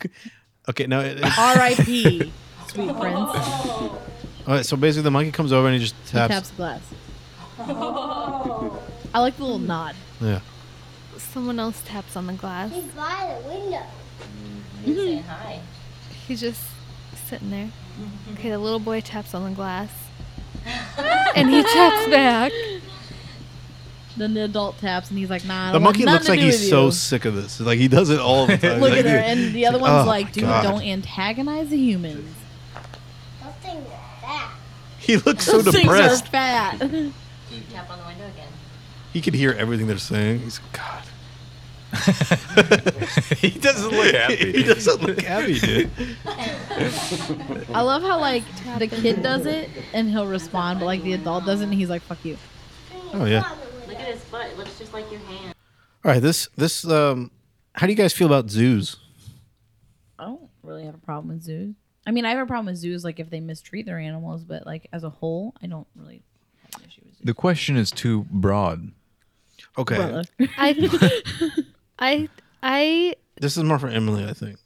D: Uh,
B: okay, no. It, it-
A: R.I.P.
J: Sweet friends.
B: all right, so basically, the monkey comes over and he just
J: He
B: taps.
J: taps glass. I like the little nod.
B: Yeah.
D: someone else taps on the glass.
L: He's by the window.
H: Mm-hmm.
D: He's just sitting there. Okay, the little boy taps on the glass. and he taps back.
J: Then the adult taps and he's like, nah. I
B: The
J: don't want
B: monkey
J: nothing
B: looks
J: to
B: like
J: do
B: he's
J: with
B: so
J: you.
B: sick of this. Like he does it all the time.
J: Look
B: Like,
J: at her,
B: dude,
J: and the other
B: like,
J: one's
B: "Oh,
J: like, dude,
B: God."
J: don't antagonize the humans.
L: Something like that.
B: He looks so
J: Those things are
B: depressed.
J: fat.
L: You tap on the window again.
B: He could hear everything they're saying. He's God.
C: he doesn't look
B: he
C: happy.
B: doesn't look happy, dude.
J: I love how like the kid does it and he'll respond, but like the adult doesn't, and he's like, fuck you.
B: Oh yeah.
L: Look at his butt. It looks just like your hand.
B: All right, this this um, how do you guys feel about zoos?
J: I don't really have a problem with zoos.
A: I mean, I have a problem with zoos, like if they mistreat their animals, but like as a whole, I don't really.
C: The question is too broad.
B: Okay.
D: I, I, I,
B: This is more for Emily, I think.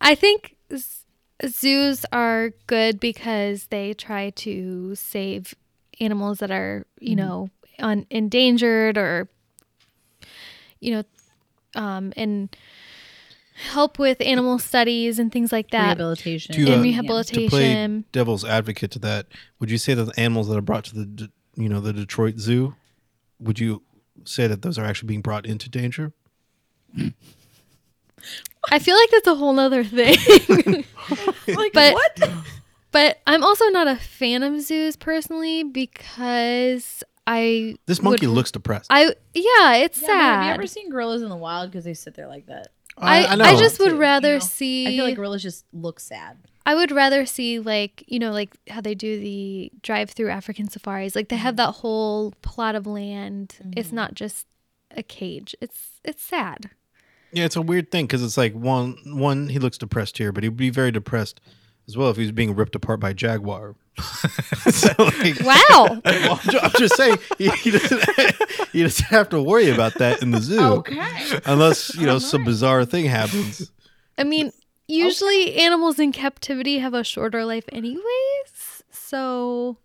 D: I think z- zoos are good because they try to save animals that are, you
A: Mhm.
D: know, on endangered or, you know, um, and help with animal studies and things like that.
A: Rehabilitation.
B: To, uh,
D: and
B: to play
D: rehabilitation.
B: devil's advocate to that, would you say that the animals that are brought to the D- you know the Detroit Zoo, would you say that those are actually being brought into danger?
D: I feel like that's a whole nother thing. but, what? But I'm also not a fan of zoos personally because I
B: This monkey looks depressed.
D: I yeah, it's
A: Yeah, but Have you
D: sad.
A: ever seen gorillas in the wild because they sit there like that?
D: I, I, just would rather see.
A: I feel like gorillas just look sad.
D: I would rather see like you know like how they do the drive-through African safaris. Like they have
A: Mm-hmm.
D: that whole plot of land. It's not just a cage. It's it's sad.
B: Yeah, it's a weird thing because it's like one one he looks depressed here, but he'd be very depressed as well if he was being ripped apart by a jaguar. so like,
D: Wow.
B: Well, I'm, ju- I'm just saying he, he doesn't he doesn't have to worry about that in the zoo.
D: Okay.
B: Unless you know some bizarre thing happens.
D: I mean, usually animals in captivity have a shorter life, anyways. So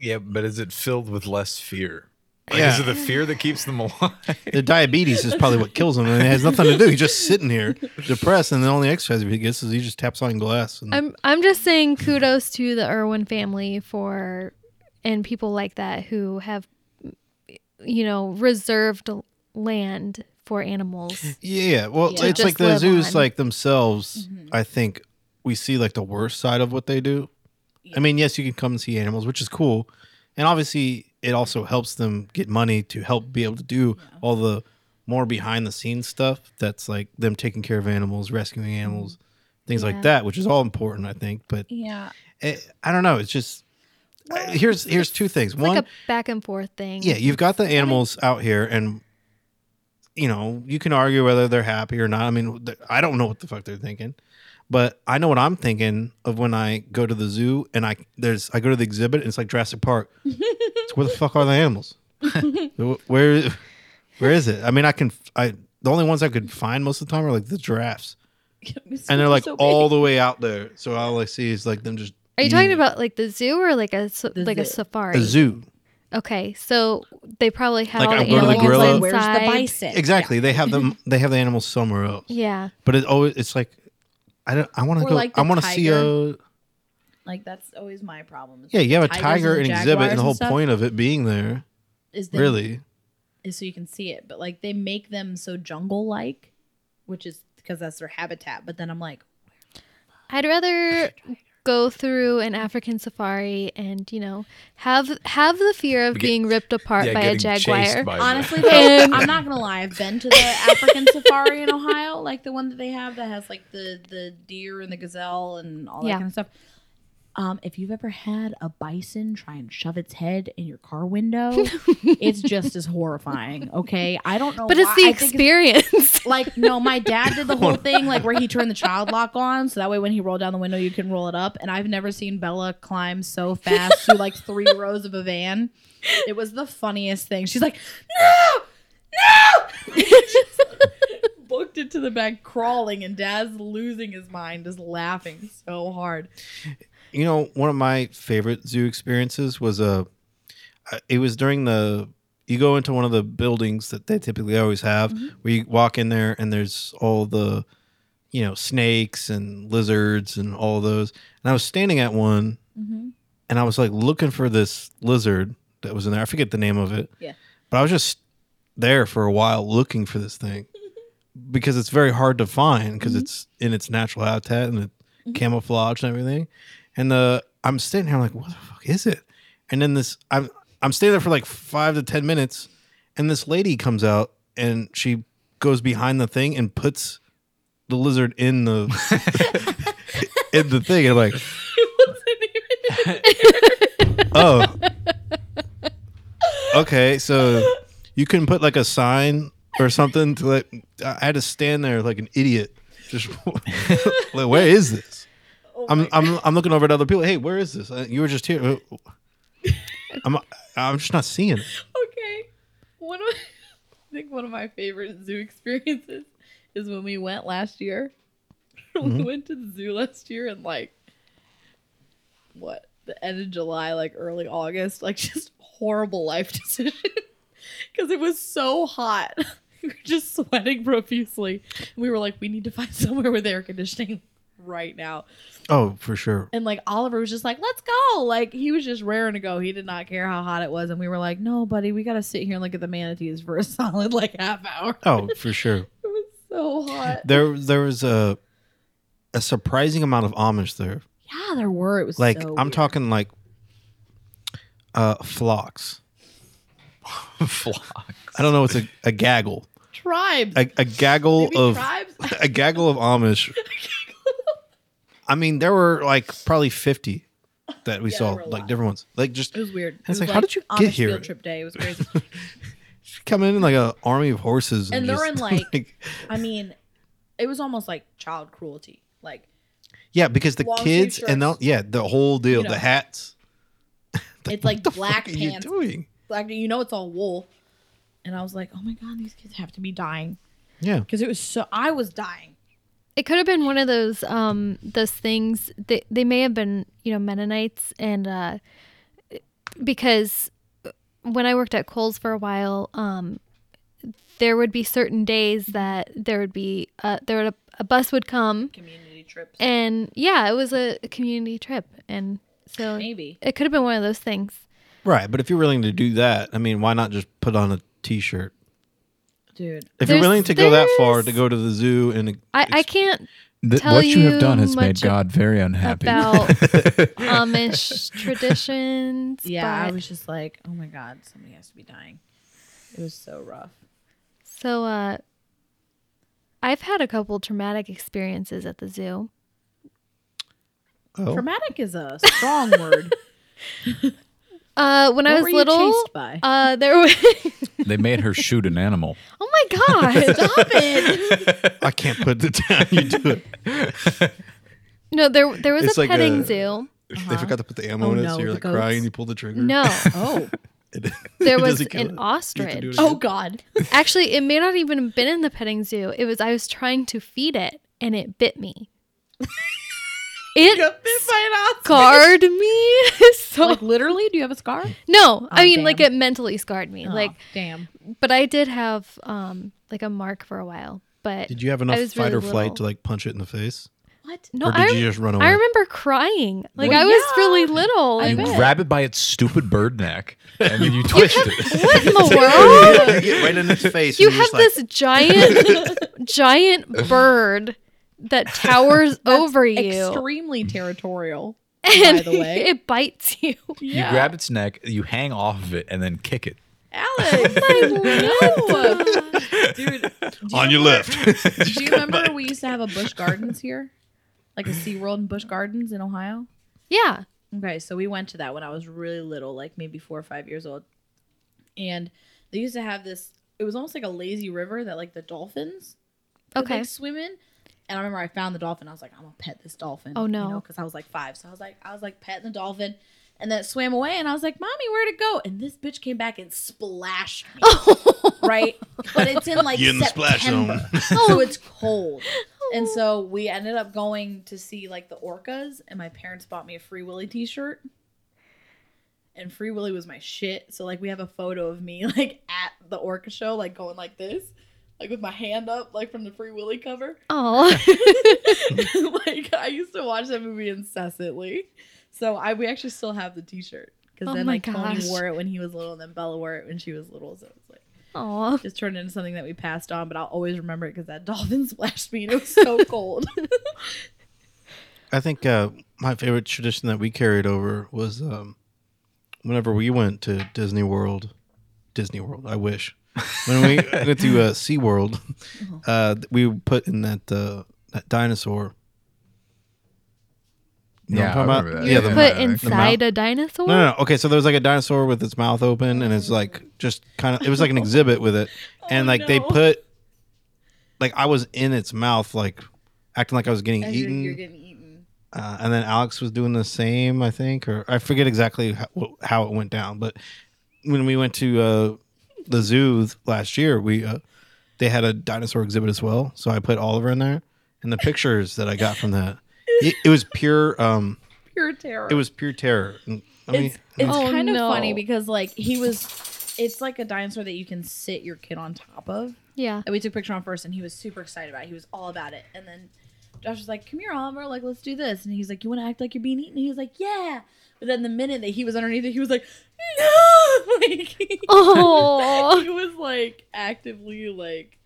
C: Yeah, but is it filled with less fear? Like,
B: Yeah.
C: Is it the fear that keeps them alive?
B: The diabetes is probably what kills him, and it has nothing to do. He's just sitting here depressed, and the only exercise he gets is he just taps on glass. And
D: I'm I'm just saying kudos to the Irwin family for and people like that who have you know reserved land for animals.
B: Yeah, well,
D: to
B: it's like
D: just
B: the
D: live
B: zoos,
D: on.
B: like themselves. I think we see like the worst side of what they do. I mean, yes, you can come and see animals, which is cool, and obviously it also helps them get money to help be able to do all the more behind the scenes stuff. That's like them taking care of animals, rescuing animals, things
A: Yeah.
B: like that, which is all important, I think. But
A: Yeah.
B: eh, I don't know. It's just uh, here's here's two things.
D: It's
B: One,
D: like a back and forth thing.
B: yeah, you've got the animals out here, and you know you can argue whether they're happy or not. I mean, th- I don't know what the fuck they're thinking, but I know what I'm thinking of when I go to the zoo and I there's I go to the exhibit and it's like Jurassic Park. it's where the fuck are the animals? Wh- where where is it? I mean, I can I the only ones I could find most of the time are like the giraffes, and they're like
D: so
B: all the way out there. So all I see is like them just.
D: Are you
B: eating
D: talking about like the zoo or like a sa- like a
B: zoo.
D: safari?
B: a zoo?
D: Okay, so they probably had
B: Like
D: all
B: I'll
D: the
B: go to the
D: animals
B: gorilla.
D: inside.
B: Where's
A: the bison?
B: Exactly. They have them. They have the animals somewhere else.
D: Yeah.
B: But it always it's like I don't. I want to
A: Or
B: go.
A: like the
B: I want to see a.
A: tiger. Like that's always my problem. is
B: Yeah, you have a
A: tigers
B: tiger
A: and
B: in exhibit,
A: jaguars
B: and the whole
A: stuff
B: point of it being there.
A: is them-
B: really?
A: is so you can see it. But like they make them so jungle like, which is because that's their habitat. But then I'm like,
D: I'd rather go through an African safari and you know have have the fear of
A: Get-
D: being ripped apart
A: yeah,
D: by a
A: getting chased
D: jaguar.
A: by a- Honestly, though,
D: And-
A: I'm not gonna lie. I've been to the African safari in Ohio, like the one that they have that has like the the deer and the gazelle and all that
D: Yeah.
A: kind of stuff. Um, if you've ever had a bison try and shove its head in your car window, it's just as horrifying. Okay, I don't know,
D: But it's
A: why-
D: the
A: I think
D: experience.
A: like, no, my dad did the whole thing, like where he turned the child lock on, so that way when he rolled down the window, you can roll it up. And I've never seen Bella climb so fast through like three rows of a van. It was the funniest thing. She's like, booked into the back crawling and dad's losing his mind just laughing so hard
B: You know, one of my favorite zoo experiences was a. Uh, it was during the. You go into one of the buildings that they typically always have,
A: Mm-hmm.
B: where you walk in there and there's all the, you know, snakes and lizards and all those. And I was standing at one and I was like looking for this lizard that was in there. I forget the name of it.
A: Yeah.
B: But I was just there for a while looking for this thing because it's very hard to find because it's in its natural habitat and it camouflage and everything. And the I'm sitting here I'm like, what the fuck is it? And then this I'm I'm staying there for like five to ten minutes, and this lady comes out and she goes behind the thing and puts the lizard in the in the thing. And I'm like, oh okay so you can put like a sign or something to like I had to stand there like an idiot. Just like, where is this?
A: Oh
B: I'm, I'm I'm looking over at other people. Hey, where is this? Uh, You were just here. Uh, I'm I'm just not seeing it.
A: okay. One of I think one of my favorite zoo experiences is when we went last year. we
B: Mhm.
A: went to the zoo last year and like what the end of July, like early August, like just horrible life decision because it was so hot. we were just sweating profusely. We were like, we need to find somewhere with air conditioning right now.
B: Oh, for sure.
A: And like Oliver was just like, let's go. Like he was just raring to go. He did not care how hot it was. And we were like, no, buddy, we got to sit here and look at the manatees for a solid like half hour.
B: Oh, for sure.
A: So hot.
B: There there was a a surprising amount of Amish there.
A: Yeah, there were. It was
B: Like
A: so
B: I'm
A: weird.
B: talking like uh flocks.
C: flocks.
B: I don't know. It's a, a gaggle.
A: tribes.
B: A, a gaggle
A: Maybe
B: of
A: tribes?
B: a gaggle of Amish. I mean, there were like probably fifty that we saw, like different ones. Like just
A: it was weird.
B: I was
A: It
B: like, how did you get
A: Amish
B: here?
A: Field trip day. It was crazy.
B: Coming in like a army of horses,
A: and
B: and,
A: they're
B: just,
A: in like, I mean, it was almost like child cruelty. Like
B: yeah, because the
A: long sleeve
B: kids and the,
A: shirts.
B: yeah, the whole deal,
A: You know.
B: the hats.
A: it's like black
B: fuck are you
A: pants.
B: doing?
A: Black, you know, it's all wool. And I was like, oh my god, these kids have to be dying
B: Yeah,
A: because it was so. I was dying.
D: It could have been one of those um those things they they may have been, you know, Mennonites and uh because when I worked at Kohl's for a while, um there would be certain days that there would be uh there would a, a bus would come
A: community trips.
D: and yeah, it was a, a community trip and so
A: maybe
D: it could have been one of those things.
B: right. But if you're willing to do that, I mean, why not just put on a t-shirt?
A: Dude,
B: If you're willing to go that far to go to the zoo and
D: I, I can't
C: Th-
D: tell
C: what you have done has made
D: much
C: God very unhappy.
D: about Amish traditions.
A: Yeah, I
D: but-
A: was just like, oh my god, somebody has to be dying. It was so rough.
D: So, uh, I've had a couple traumatic experiences at the zoo.
B: Oh.
A: Traumatic is a strong word.
D: Uh, when I
A: What
D: was
A: were you
D: little,
A: chased by?
D: uh, there was.
C: they made her shoot an animal.
D: oh my god! Stop it!
B: I can't put it down. You do it.
D: No, there there was
B: It's
D: a
B: like
D: petting
B: a-
D: zoo.
B: They forgot to put the ammo
A: Oh,
B: in it,
A: no,
B: so you're
A: the
B: like
A: goats.
B: crying. You pull the trigger.
D: No,
A: Oh,
D: there
B: It
D: was
B: doesn't kill Mm. it. You have to
D: an
B: do
D: ostrich.
B: it
A: oh god.
D: Actually, it may not even have been in the petting zoo. It was I was trying to feed it, and it bit me. It scarred me. so
A: Like literally, do you have a scar?
D: no, I
A: Oh,
D: mean like
A: damn. Oh.
D: it mentally scarred me. Like
A: Aw, damn.
D: but I did have um like a mark for a while. But
B: Did you have enough
D: I was
B: fight
D: really
B: or flight
D: little.
B: to like punch it in the face,
A: What?
D: No,
B: or did
D: I,
B: you just run away?
D: I remember crying. Like
A: Well,
D: I was
A: yeah.
D: really little.
A: I
D: Like,
C: You
A: bet.
C: grab it by its stupid bird neck and then you twist it.
D: what in the world?
B: Get right in its face.
D: You
B: and you're
D: have
B: just like,
D: this giant, giant bird that towers over you,
A: Extremely territorial.
D: and
A: by the way.
D: it bites you.
A: Yeah.
C: You grab its neck, you hang off of it, and then kick it.
A: Alex. No. Dude. do you
B: on your
A: remember-
B: left.
A: Do you remember we used to have a Bush Gardens here? Like a SeaWorld and Bush Gardens in Ohio?
D: Yeah,
A: Okay, so we went to that when I was really little, like maybe four or five years old. And they used to have this, it was almost like a lazy river that like the dolphins would,
D: Okay.
A: like, swim in. And I remember I found the dolphin. I was like, I'm gonna pet this dolphin.
D: Oh, no.
A: Because I was like five, so I was like, I was like petting the dolphin, and then it swam away, and I was like, Mommy, where'd it go? And this bitch came back and splashed me, right? But it's in like
B: You in the splash
A: September, so it's cold. And so we ended up going to see like the orcas, and my parents bought me a Free Willy T-shirt. And Free Willy was my shit. So like we have a photo of me like at the orca show, like going like this, like with my hand up, like from the Free Willy cover.
D: oh,
A: like I used to watch that movie incessantly. So I we actually still have the T-shirt because
D: Oh
A: then
D: my
A: like
D: gosh.
A: Tony wore it when he was little, and then Bella wore it when she was little. So it's like
D: oh,
A: just turned into something that we passed on. But I'll always remember it because that dolphin splashed me, and it was so cold.
B: I think uh, my favorite tradition that we carried over was um, whenever we went to Disney World, Disney World, I wish. When we went to uh, SeaWorld,
D: Uh-huh.
B: uh, we would put in that uh, that dinosaur. You know what
C: Yeah,
B: I'm talking
C: I
B: about?
C: remember that.
B: Yeah,
C: You
B: the,
C: put
D: put
C: the
D: inside a dinosaur.
B: no, no, no. Okay, so there was like a dinosaur with its mouth
D: Oh,
M: Oh,
B: open, and it's like just kind of. It was like an exhibit with it, and like they
A: no.
B: put like I was in its mouth, like acting like I was getting
M: As you're-
B: eaten.
M: you're getting eaten.
B: Uh, and then Alex was doing the same, I think, or I forget exactly how, how it went down. But when we went to uh, the zoo th- last year, we uh, they had a dinosaur exhibit as well, so I put Oliver in there, and the pictures that I got from that, it, it was pure, um,
M: Pure terror.
B: it was pure terror. And, I mean,
A: it's it's
B: uh,
A: kind
D: Oh, no.
A: of funny because like he was, it's like a dinosaur that you can sit your kid on top of.
D: Yeah.
A: That we took a picture on first, and he was super excited about it. He was all about it, and then Josh was like, "Come here, Oliver. Like, let's do this." And he's like, "You want to act like you're being eaten?" And he was like, "Yeah." But then the minute that he was underneath it, he was like, "No!" Like,
D: Oh.
A: he was like actively like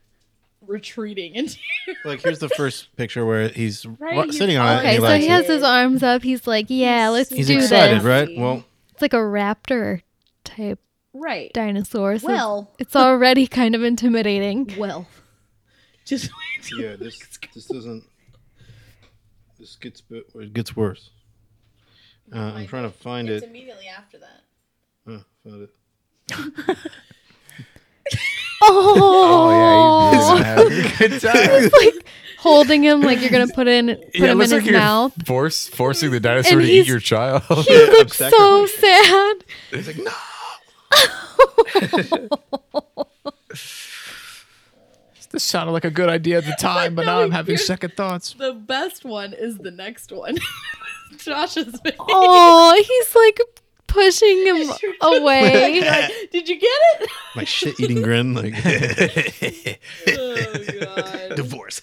A: retreating into
B: like here's the first picture where he's
A: Right,
B: ru-
A: he's-
B: sitting on
C: Uh,
B: it. and
D: okay,
B: he
D: so
B: likes
D: he
B: it.
D: has his arms up. He's like, yeah, let's
B: He's
D: do
B: excited,
D: this.
B: right? Well,
D: It's like a raptor type
A: right.
D: dinosaur. So
A: Well.
D: it's already kind of intimidating.
A: Well, just
B: yeah, this this doesn't. This gets b- it gets worse. Uh, I'm trying to find it.
A: immediately after that.
B: Uh, found it.
D: Oh,
C: Good time.
D: holding him like you're gonna put in put
C: yeah, it
D: him in
C: looks like
D: his
C: you're
D: mouth.
C: force forcing the dinosaur to eat
D: he's-
C: your child.
D: He looks so sad.
C: It's like, no. this sounded like a good idea at the time, but now I'm having second thoughts.
M: The best one is the next one. Josh's face.
D: Oh, he's like pushing him away.
M: Like, Did you get it?
B: My shit eating grin. Like
M: Oh god.
B: divorce.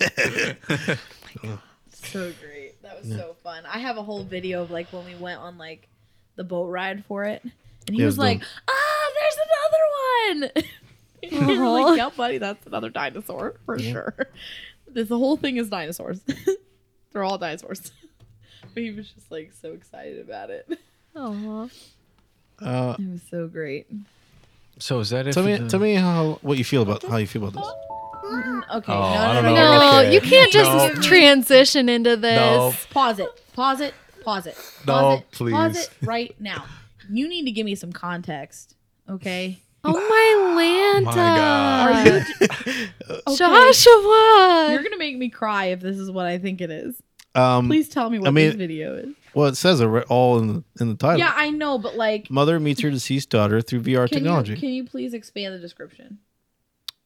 A: So great. That was so fun. I have a whole video of like when we went on like the boat ride for it. And he
B: Yeah,
A: was
B: it was
A: like, ah, there's another one. We were
D: Aw.
A: like, yeah, buddy, that's another dinosaur for sure.
M: This whole thing is dinosaurs. They're all dinosaurs. But he was just like so excited about it.
C: Oh,
D: Aw.
B: uh,
A: It was so great.
C: So is that it?
B: tell
C: for
B: me,
C: the-
B: tell me how what you feel about how you feel about this.
A: Mm-hmm. Okay,
C: Oh,
A: no,
C: I
A: no,
C: don't
A: no,
C: know.
A: no, no.
D: No,
C: Okay.
D: you can't
C: No.
D: just transition into this.
C: No.
A: Pause it. Pause it. Pause it. Pause
C: No,
A: it. Pause
C: please.
A: it right now. You need to give me some context. Okay.
D: Oh my Lanta.
C: My God.
A: Are you Okay.
D: Joshua.
A: You're gonna make me cry if this is what I think it is.
B: Um,
A: Please tell me what
B: mean-
A: this video is.
B: well, it says it right- all in the, in the title.
A: Yeah, I know, but like,
B: Mother meets her deceased daughter through VR
A: can
B: technology.
A: you can you please expand the description?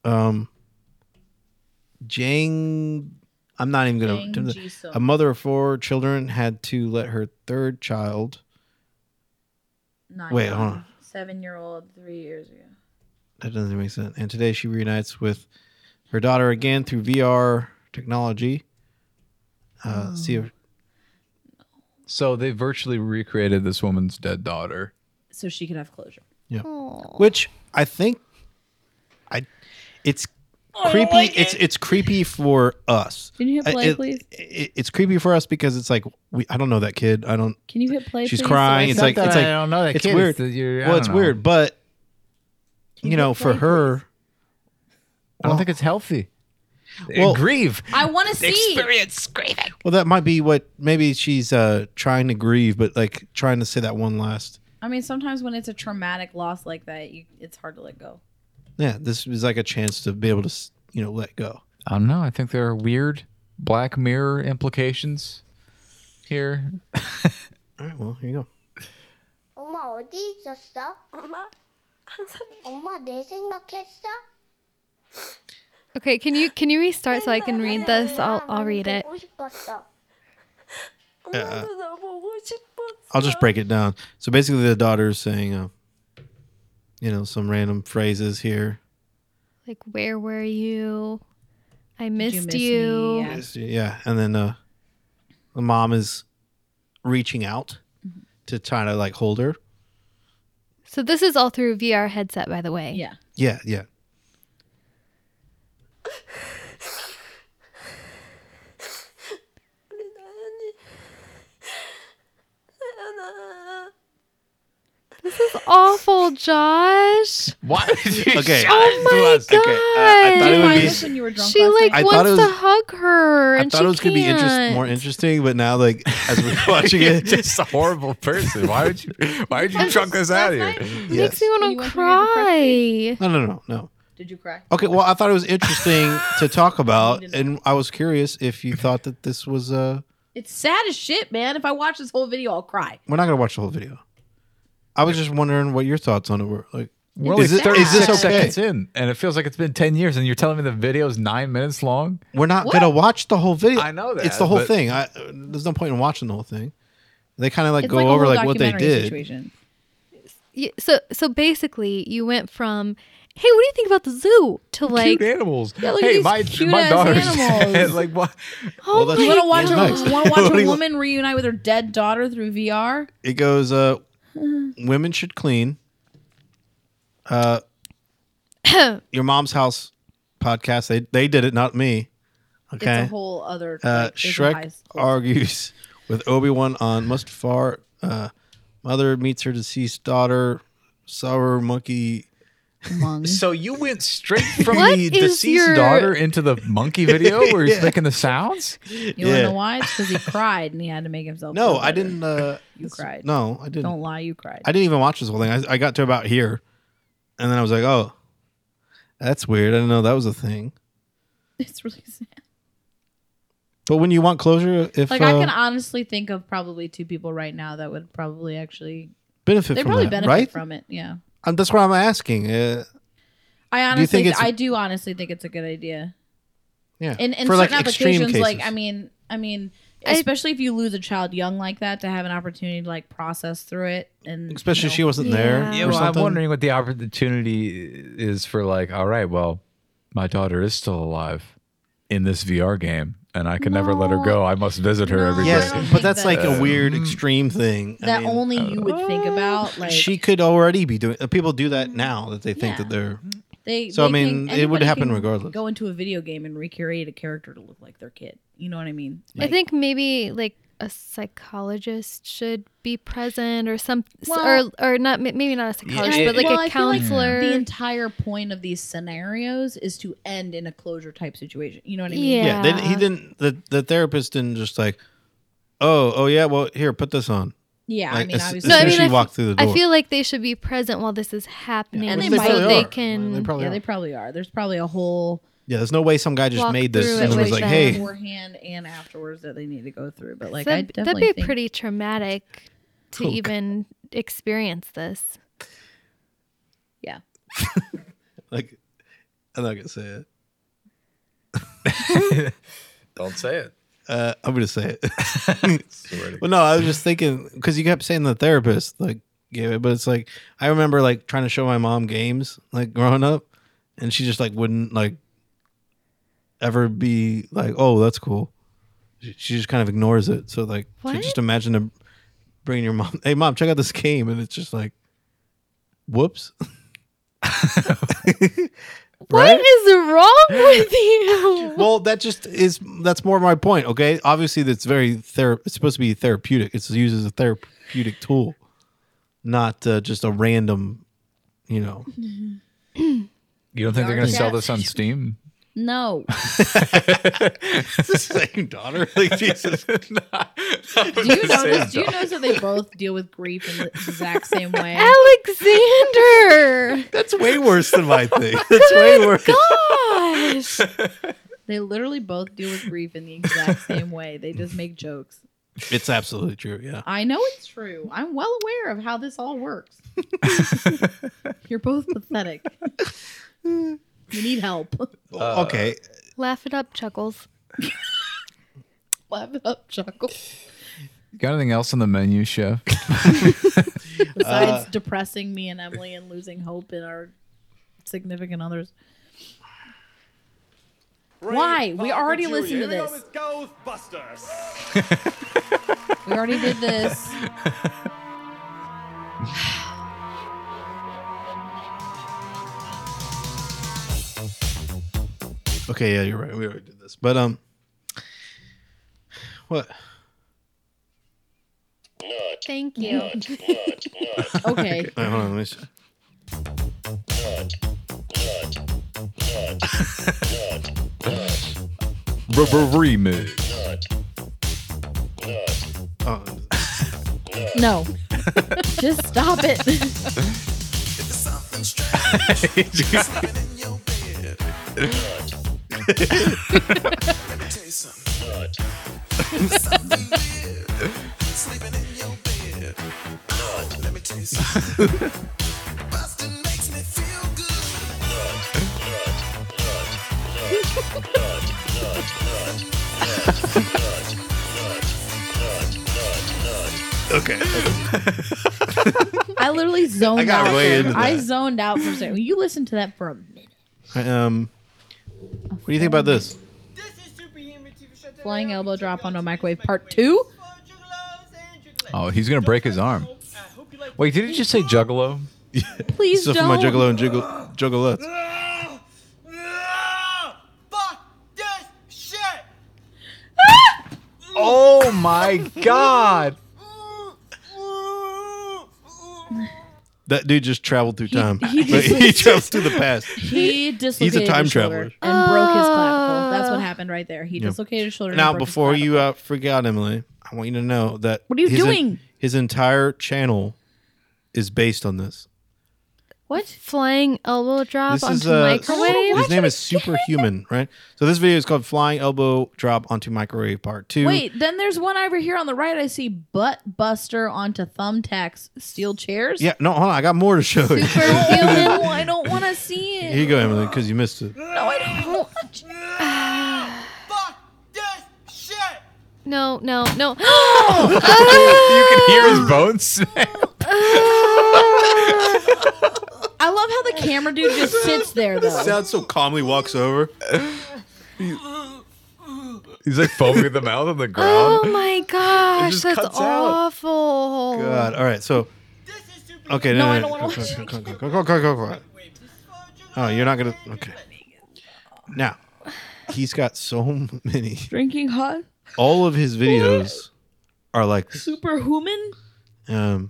B: um Jang I'm not even gonna
A: Jang Ji-sung.
B: a mother of four children had to let her third child
A: Nine,
B: Wait, hold on.
A: Seven year old, three years ago.
B: that doesn't make sense. And today she reunites with her daughter again through VR technology. Uh see if
C: So they virtually recreated this woman's dead daughter.
A: So she could have closure.
B: which I think I it's creepy it's it's creepy for us.
A: Can you hit
B: I-
A: play,
B: it-
A: please?
B: it- it's creepy for us because it's like we I don't know that kid. I don't
A: Can you hit play?
B: she's
A: please, so I
B: crying.
A: can-
B: It's like
C: that
B: it's
C: I
B: like
C: don't know that
B: it's
C: kid,
B: weird.
C: it's that you're- I
B: well,
C: don't
B: it's
C: know.
B: weird, but you know,
A: hit
B: for
A: play,
B: her,
C: I don't think it's healthy.
B: Well-
C: grieve.
A: I want to see.
B: well, that might be what maybe she's uh trying to grieve, but like trying to say that one last.
A: I mean, sometimes when it's a traumatic loss like that, you, it's hard to let go.
B: Yeah, this was like a chance to be able to s- you know let go.
C: I don't know. I think there are weird Black Mirror implications here.
B: All right, well here you go.
L: Oh,
N: 엄마 어디 있었어? 엄마
L: Oh,
N: 엄마 내 생각했어?
D: Okay, can you can you restart so I can read this? I'll I'll read it.
N: 보고 싶었어.
B: Uh, I'll just break it down. So basically, the daughter is saying, uh, you know, some random phrases here.
D: Like, where were you? I
A: Did
D: missed
A: miss
D: you.
A: me? Yeah.
B: Yeah, and then uh, the mom is reaching out to try to like hold her.
D: So this is all through VR headset, by the way.
A: Yeah.
B: Yeah, yeah.
D: This is awful, Josh.
C: Why would you
B: Okay.
C: shout
D: Oh
C: it to
D: my
C: us?
D: god.
B: I thought it would
A: Why
B: be-
A: this when you were drunk
D: she
A: last
D: like
A: night?
B: I thought
D: wants
B: it
D: to
B: was-
D: hug her,
B: I
D: and
B: thought it was
D: she
B: gonna be interest,
D: can't.
B: more interesting, but now like as we're watching
C: You're
B: it,
C: just a horrible person. Why would you? Why would you chunk this out here?
D: Makes me
B: Yes.
D: want
A: When you
D: to
A: went through your
D: cry.
B: No, no, no, no.
O: Did you cry?
B: Okay, well, I thought it was interesting to talk about, and I was curious if you thought that this was. Uh,
A: It's sad as shit, man. If I watch this whole video, I'll cry.
B: we're not gonna watch the whole video. I was just wondering what your thoughts on it were. Like,
C: We're only
B: is, it, is this
C: 36
B: okay?
C: seconds in, and it feels like it's been 10 years, and you're telling me the video is nine minutes long?
B: We're not gonna watch the whole video.
C: I know that.
B: it's the whole
C: but-
B: thing. I, there's no point in watching the whole thing. They kind of like
A: It's
B: go
A: like a
B: over
A: whole
B: like what they
A: documentary
B: did.
A: situation.
D: Y- So so basically, you went from, hey, what do you think about the zoo? To like,
C: cute animals.
D: Yeah, look at
C: hey,
D: these
C: my
D: cute
C: my
D: ass
C: daughter's
D: animals.
C: like what?
D: oh
B: that's-
A: You
D: my
A: want to watch
B: Nice.
A: a, want to
B: What do
A: watch a
B: you want?
A: woman reunite with her dead daughter through VR?
B: It goes. Uh, women should clean. Uh, your mom's house podcast. They they did it, not me. Okay.
A: It's a whole other.
B: Uh,
A: like, it's a high oh.
B: Shrek
A: school.
B: argues with Obi Wan on Mustafar. Uh, mother meets her deceased daughter. Sour monkey.
C: So you went straight from
D: What
C: the
D: is
C: deceased
D: your-
C: daughter into the monkey video where he's
B: Yeah.
C: making the sounds?
A: You want to know why? It's because he cried and he had to make himself.
B: No,
A: feel
B: I
A: better.
B: didn't. Uh,
A: You cried.
B: no, I didn't.
A: Don't lie, you cried.
B: I didn't even watch this whole thing. I, I got to about here, and then I was like, "Oh, that's weird. I didn't know that was a thing."
A: It's really sad.
B: But when you want closure, if
A: Like
B: uh,
A: I can honestly think of probably two people right now that would probably actually
B: benefit
A: they
B: from
A: probably
B: that,
A: benefit
B: right?
A: from it. Yeah.
B: Um, that's what I'm asking. Uh,
A: I
B: Do you think
A: honestly,
B: it's-
A: I do honestly think it's a good idea.
B: yeah,
A: In, in
B: for
A: certain
B: like extreme
A: applications,
B: cases.
A: like I mean, I mean, especially if you lose a child young like that, to have an opportunity to like process through it, and
B: especially
A: you
B: if
A: know,
B: she wasn't there.
D: Yeah.
B: or
C: well, I'm
B: something.
C: wondering what the opportunity is for like, all right, well, my daughter is still alive in this VR game and I can never let her go. I must visit her every day.
A: No, I
B: Yes,
A: don't think
B: but that's like
C: that-
B: a weird extreme thing. I
A: that
B: mean, uh,
A: only you would think about. Like
B: she could already be doing. uh, People do
D: Mm,
B: that now that they think
A: Yeah.
B: that they're.
A: they.
B: So, I
A: they can-
B: mean, it would
A: anybody
B: happen
A: can
B: regardless.
A: Go into a video game and recreate a character to look like their kid. You know what I mean?
D: I think maybe like a psychologist should be present or some s-
A: Well-
D: or or not ma- maybe not a psychologist
A: I-
D: but like
A: well,
D: a
A: I feel like
D: counselor
A: the entire point of these scenarios is to end in a closure type situation. You know what I mean?
D: Yeah.
B: Yeah, they, he didn't. The the therapist didn't just like, oh, oh yeah, well here, put this on.
A: Yeah, I
B: Like,
A: mean,
B: as- as
A: obviously,
B: soon
D: I
B: as
D: mean,
B: she
D: I f-
B: walked through the door.
D: I feel like they should be present while this is happening
A: And
D: so
A: they probably
D: they
A: are.
D: can
B: They probably
A: yeah,
B: are.
A: they probably are. There's probably a whole
B: Yeah, there's no way some guy just
D: Walk
B: made this
D: through it
B: and was
D: with
B: like,
D: them.
B: "Hey,
A: beforehand and afterwards that they need to go through. But like, I
D: that'd, that'd
A: definitely
D: be
A: think-
D: pretty traumatic to even experience this
A: Yeah,
B: like, I'm not gonna say it.
C: Don't say it.
B: Uh, I'm gonna say it." well, no, I was just thinking because you kept saying the therapist like gave it, but it's like I remember like trying to show my mom games like growing up, and she just like wouldn't like ever be like, "Oh, that's cool." She, she just kind of ignores it. So like, so
D: What?
B: just imagine a, bringing your mom, "Hey, mom, check out this game," and it's just like, "Whoops."
D: what is wrong with you
B: well that just is that's more my point okay obviously that's very ther- it's supposed to be therapeutic it's used as a therapeutic tool not uh, just a random you know
C: You don't think they're going to sell this on Steam?
A: no,
B: it's the same daughter like jesus
A: do you notice? Do you notice that they both deal with grief in the exact same way?
D: Alexander
B: that's way worse than my thing that's way worse
D: gosh
A: They literally both deal with grief in the exact same way. They just make jokes.
B: it's absolutely true yeah
A: I know it's true. I'm well aware of how this all works. You're both pathetic. you need help.
B: okay
D: laugh it up chuckles
A: Laugh it up, chuckle.
C: Got anything else on the menu, chef?
A: Besides depressing me and Emily and losing hope in our significant others. Why? We already listened to this. We already did this.
B: okay yeah you're right we already did this but um what
D: thank you
A: Okay.
B: Wait, hold on let me see.
C: Rubber remix.
B: oh
A: No. Just stop it.
C: It's
P: Let me tell you something. There's something weird sleeping in your bed. Let me tell you something. Bustin' makes me feel
Q: Okay.
A: I literally zoned
B: I got
A: out.
B: way
A: for-
B: into
A: I
B: that.
A: zoned out for a second. You listened to that for a minute.
B: um, what do you think about this?
A: Flying elbow drop onto a microwave part two.
C: Oh, he's gonna break his arm. Wait, did he just say juggalo?
A: Please
B: Stuff
A: don't.
B: my juggalo and jiggle, juggalettes.
C: Oh my god!
B: That dude just traveled through time.
A: he
B: He,
A: just-
B: he traveled through the past.
A: He dislocated
B: He's a time
A: his
B: traveler. Uh,
A: shoulder and broke his clavicle. That's what happened right there. He
B: Yeah.
A: dislocated his shoulder. and
B: Now,
A: broke his
B: before you uh, forgot, Emily, I want you to know that
A: What are you
B: his en-
A: doing?
B: his entire channel is based on this.
D: What? Flying elbow drop
B: This
D: onto
B: is uh,
D: microwave?
B: His name is Superhuman, right? So this video is called "Flying Elbow Drop onto Microwave Part 2.
A: Wait, then there's one over here on the right. I see butt buster onto thumbtacks, steel chairs.
B: Yeah, no, hold on, I got more to show you.
A: Superhuman. I don't want to see it.
B: Here you go, Emily, because you missed it.
A: No, I don't want.
D: No, no, no.
C: you can hear his bones snap.
A: I love how the camera dude just sits there though.
B: Sound so calmly walks over.
C: He's like foaming at the mouth on the ground.
D: Oh my gosh,
C: just
D: that's
C: cuts out.
D: awful.
B: God. All right. So. Okay.
D: No,
B: No,
D: I
B: no,
D: don't wanna
B: go,
D: watch
B: go, go, go, go, go, go, go, go. Oh, you're not gonna. Okay. Now, he's got so many.
A: Drinking hot.
B: All of his videos are like. this.
A: Superhuman.
B: Um,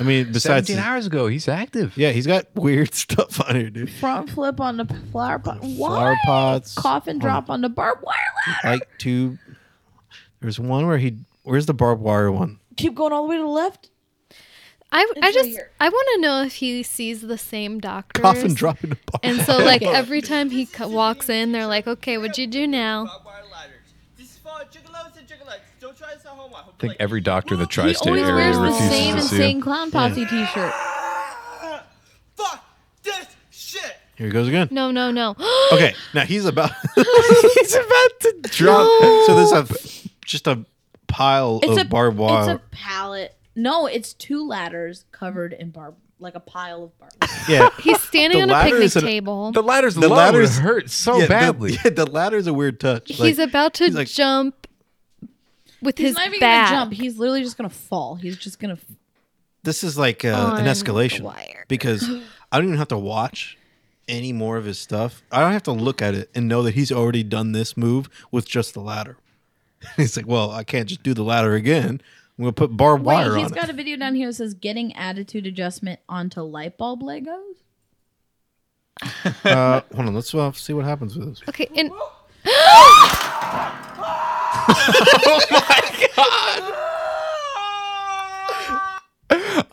B: I mean, besides
C: 17 hours ago, he's active.
B: Yeah, he's got weird stuff on here, dude.
A: Front flip on the flower pot. Why?
B: Flower pots.
A: Coffin drop on the barbed wire. ladder.
B: Like two. There's one where he. Where's the barbed wire one?
A: Keep going all the way to the left.
D: I, I just I want to know if he sees the same doctors.
B: Coffin dropping a bar.
D: And so like every time he co- walks in, they're like, "Okay, what'd you do now?"
C: I think every doctor in the
A: He
C: tri-state
A: always wears
C: area
A: the
C: refuses
A: same
C: to see him.
A: insane clown posse T-shirt.
B: Here he goes again.
D: No, no, no.
B: Okay, now he's about he's about to drop. So there's a just a pile
A: It's
B: of
A: a
B: Oh, barbed
A: It's
B: wire.
A: a pallet. No, it's two ladders covered in barb, like a pile of barb.
B: yeah,
D: He's standing
B: The
D: on a
B: ladder
D: picnic
B: is an-
D: table.
C: The ladder's
B: The
C: the
B: ladder's-
C: ladder's hurt so
A: Oh,
B: Yeah, the-
C: badly.
B: yeah, the ladder's a weird touch.
D: he's
B: Like,
D: about to
B: he's like-
D: jump with
A: He's
D: his
A: not even
D: back.
A: gonna jump. He's literally just gonna fall. He's just gonna.
B: this is like uh,
D: on
B: an
D: the
B: escalation because I don't even have to watch any more of his stuff. I don't have to look at it and know that he's already done this move with just the ladder. He's like, well, I can't just do the ladder again. I'm gonna put barbed
A: Wait,
B: wire
A: he's
B: on
A: got
B: it.
A: a video down here that says getting attitude adjustment onto light bulb Legos.
B: uh, hold on, let's uh, see what happens with this.
D: Okay, and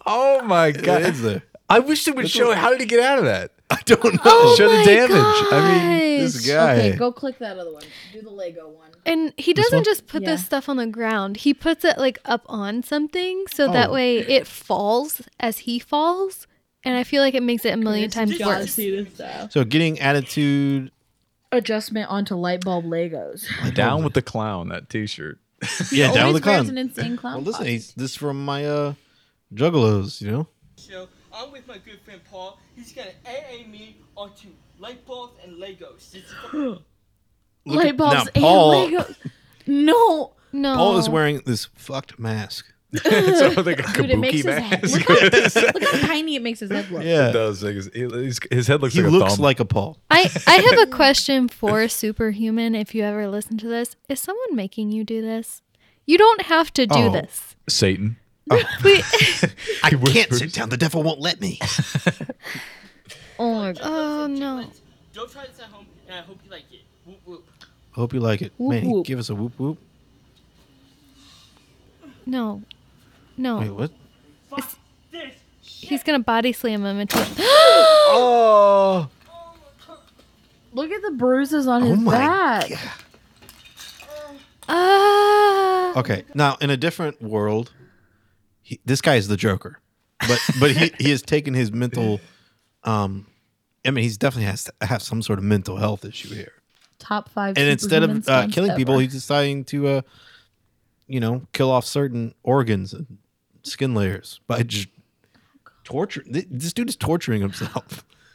C: Oh my god!
B: is there.
C: I wish they would show how did he get out of that.
B: I don't know.
C: show the
D: my
C: damage. I mean,
B: this
D: gosh.
B: guy.
A: Oh Okay, go click that other one. Do the Lego one.
D: And he doesn't
B: one?
D: just put this
A: Yeah.
D: stuff on the ground. He puts it like up on something so that
B: Oh.
D: way it falls as he falls. And I feel like it makes it a million times worse.
B: So getting attitude
A: Adjustment onto light bulb Legos.
C: down with the clown. That T-shirt.
B: Yeah, down
A: Always
B: with the
A: wears
B: clown.
A: an insane clown
B: well, listen,
A: posse.
B: he's, this is from my uh, juggalos, you know.
H: So I'm with my good friend Paul. He's gonna AA me onto light bulbs and Legos. This is the-
B: Look
A: light
B: at-
A: bulbs
B: now, Paul-
A: and Legos. No,
D: No.
B: Paul is wearing this fucked mask.
C: so like a
A: dude, it makes
C: kabuki
A: his head.
C: mask.
A: Look how, look how tiny it makes his head look.
C: It
B: Yeah,
C: does. Like, his, his, his head looks
B: he
C: like a
B: looks
C: thumb.
B: like a Paul.
D: I, I have a question for Superhuman if you ever listen to this. Is someone making you do this? You don't have to do
B: Oh.
D: this.
C: Satan.
D: We-
B: I can't
C: whispers.
B: sit down. The devil won't let me.
D: oh, my- oh, no.
H: Don't try this at home, and I hope you like it. Whoop whoop.
B: Hope you like it,
D: Whoop,
B: man.
D: whoop.
B: Give us a whoop whoop.
D: No. No.
B: Wait,
A: Uh,
B: what?
D: He's going to body slam him into
C: Oh.
R: Look at the bruises on his
B: Oh my
R: back.
B: Okay. Now, in a different world, he, this guy is the Joker, but but he, he has taken his mental. Um, I mean, he's definitely has to have some sort of mental health issue here.
A: Top five.
B: and instead
A: superhuman
B: of uh,
A: stunts
B: killing people,
A: ever.
B: he's deciding to, uh, you know, kill off certain organs and skin layers by j- torture. th- This dude is torturing himself.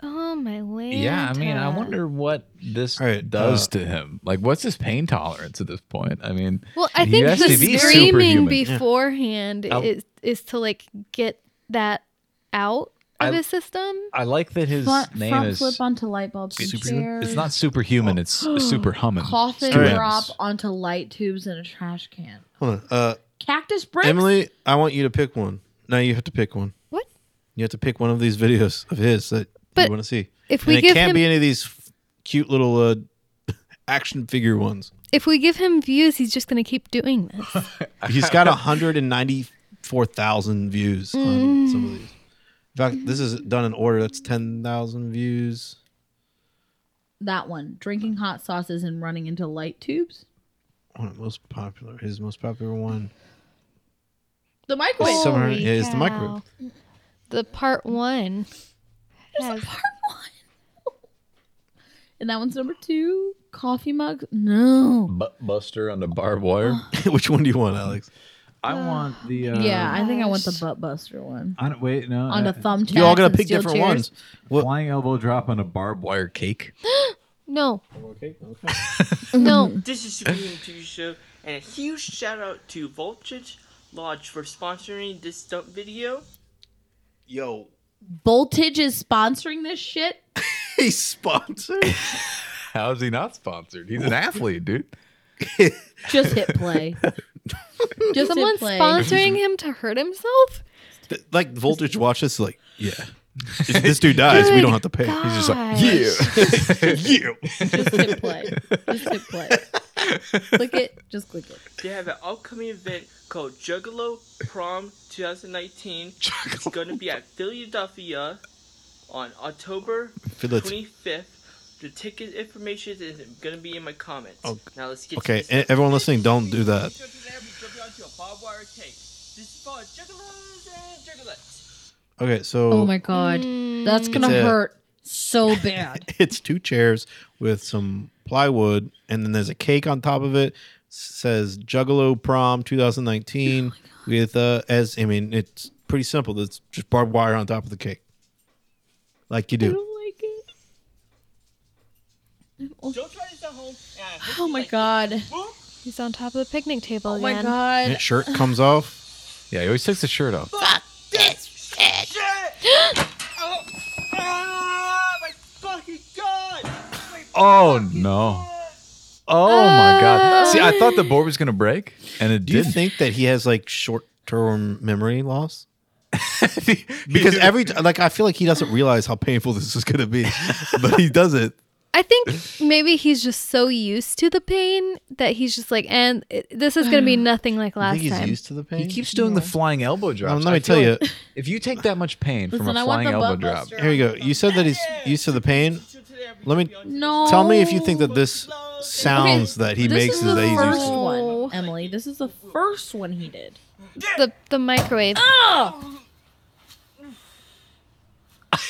D: Oh my land.
C: Yeah, I mean, I wonder what this does to him. Like, what's his pain tolerance at this point? I mean,
D: Well, I
C: he
D: think
C: has
D: the
C: to be
D: screaming
C: superhuman.
D: beforehand
C: I'll-
D: is is to like get that out
C: I-
D: of his system.
C: I like that his
A: front,
C: name
A: front
C: is.
A: flip onto light bulbs.
C: it's-
A: and
C: It's
A: chairs.
C: not superhuman. It's super humming.
A: Coffin
C: Two M's.
A: drop onto light tubes in a trash can.
B: Hold on. Uh,
A: Cactus bricks.
B: Emily, I want you to pick one. Now you have to pick one.
D: What?
B: You have to pick one of these videos of his that
D: But
B: you want to see.
D: if
B: And
D: we
B: it
D: give
B: can't be
D: him-
B: any of these f- cute little uh, action figure ones.
D: If we give him views, he's just gonna keep doing this.
B: He's got 194,000 views on some of
D: Mm.
B: these. In fact, this is done in order. That's 10,000 views.
A: That one. Drinking hot sauces and running into light tubes.
B: One of the most popular, his most popular one.
A: The microwave.
B: It's somewhere-
D: Holy
B: yeah, it's the
D: cow.
B: microwave.
D: The part one. has-
A: And that one's number two. Coffee mug. No.
C: Butt Buster on the barbed wire.
B: Which one do you want, Alex?
C: I want the. Uh,
A: yeah, I think I want the butt buster one.
C: I don't wait. No.
A: On
C: I-
A: the thumbtacks You all gotta and pick steel different chairs. ones.
C: Flying elbow drop on a barbed wire cake.
D: no.
B: Okay.
D: No.
H: This is Superhuman TV Show, and a huge shout out to Voltage Lodge for sponsoring this dump video.
B: Yo,
A: Voltage is sponsoring this shit.
B: He's sponsored.
C: How is he not sponsored? He's an athlete, dude.
A: Just hit play. Just
D: Someone
A: hit play.
D: sponsoring him to hurt himself?
B: Th- Like Voltage watches, like, yeah. If this dude dies, we don't have to pay.
D: Good
B: He's just like,
D: gosh.
B: yeah. yeah.
A: Just hit play. Just hit play. click it. Just click it.
H: They have an upcoming event called Juggalo Prom 2019. It's going to be at Philadelphia on October
B: Philat-
H: 25th. The ticket information is going to be in my comments.
B: Oh,
H: now let's get
B: Okay,
H: to
B: e- everyone listening, don't do that. Okay, so
A: Oh my god. That's gonna
B: It's a-
A: hurt so bad.
B: it's two chairs with some plywood, and then there's a cake on top of it. Says Juggalo Prom 2019 with uh, as I mean, it's pretty simple. It's just barbed wire on top of the cake, like you do.
A: Oh my god.
D: He's on top of the picnic table.
A: Oh my
D: again.
A: god.
B: That shirt comes off.
C: Yeah, he always takes his shirt off.
H: Oh, ah, my fucking god!
C: Oh no. Oh my god. See, I thought the board was gonna break, and it
B: Do you
C: didn't.
B: think that he has like short term memory loss? because every t- like I feel like he doesn't realize how painful this is going to be, but he does it.
D: I think maybe he's just so used to the pain that he's just like, and it- this is gonna be nothing like last
B: think he's
D: time.
B: used to the pain.
C: He keeps doing the flying elbow drops.
B: Um, let me
C: I feel
B: tell
C: like if you take that much pain from
D: Listen,
C: a
D: I want
C: flying
D: the
C: elbow
D: butt
C: drop,
B: Here you go. You said that he's used to the pain. Let me
A: No.
B: tell me if you think that this sounds
A: Okay,
B: that he
A: this
B: makes
A: is
B: is that
A: the
B: he's used
A: first
B: to.
A: one, Emily. This is the first one he did.
D: The the microwave.
H: Ah!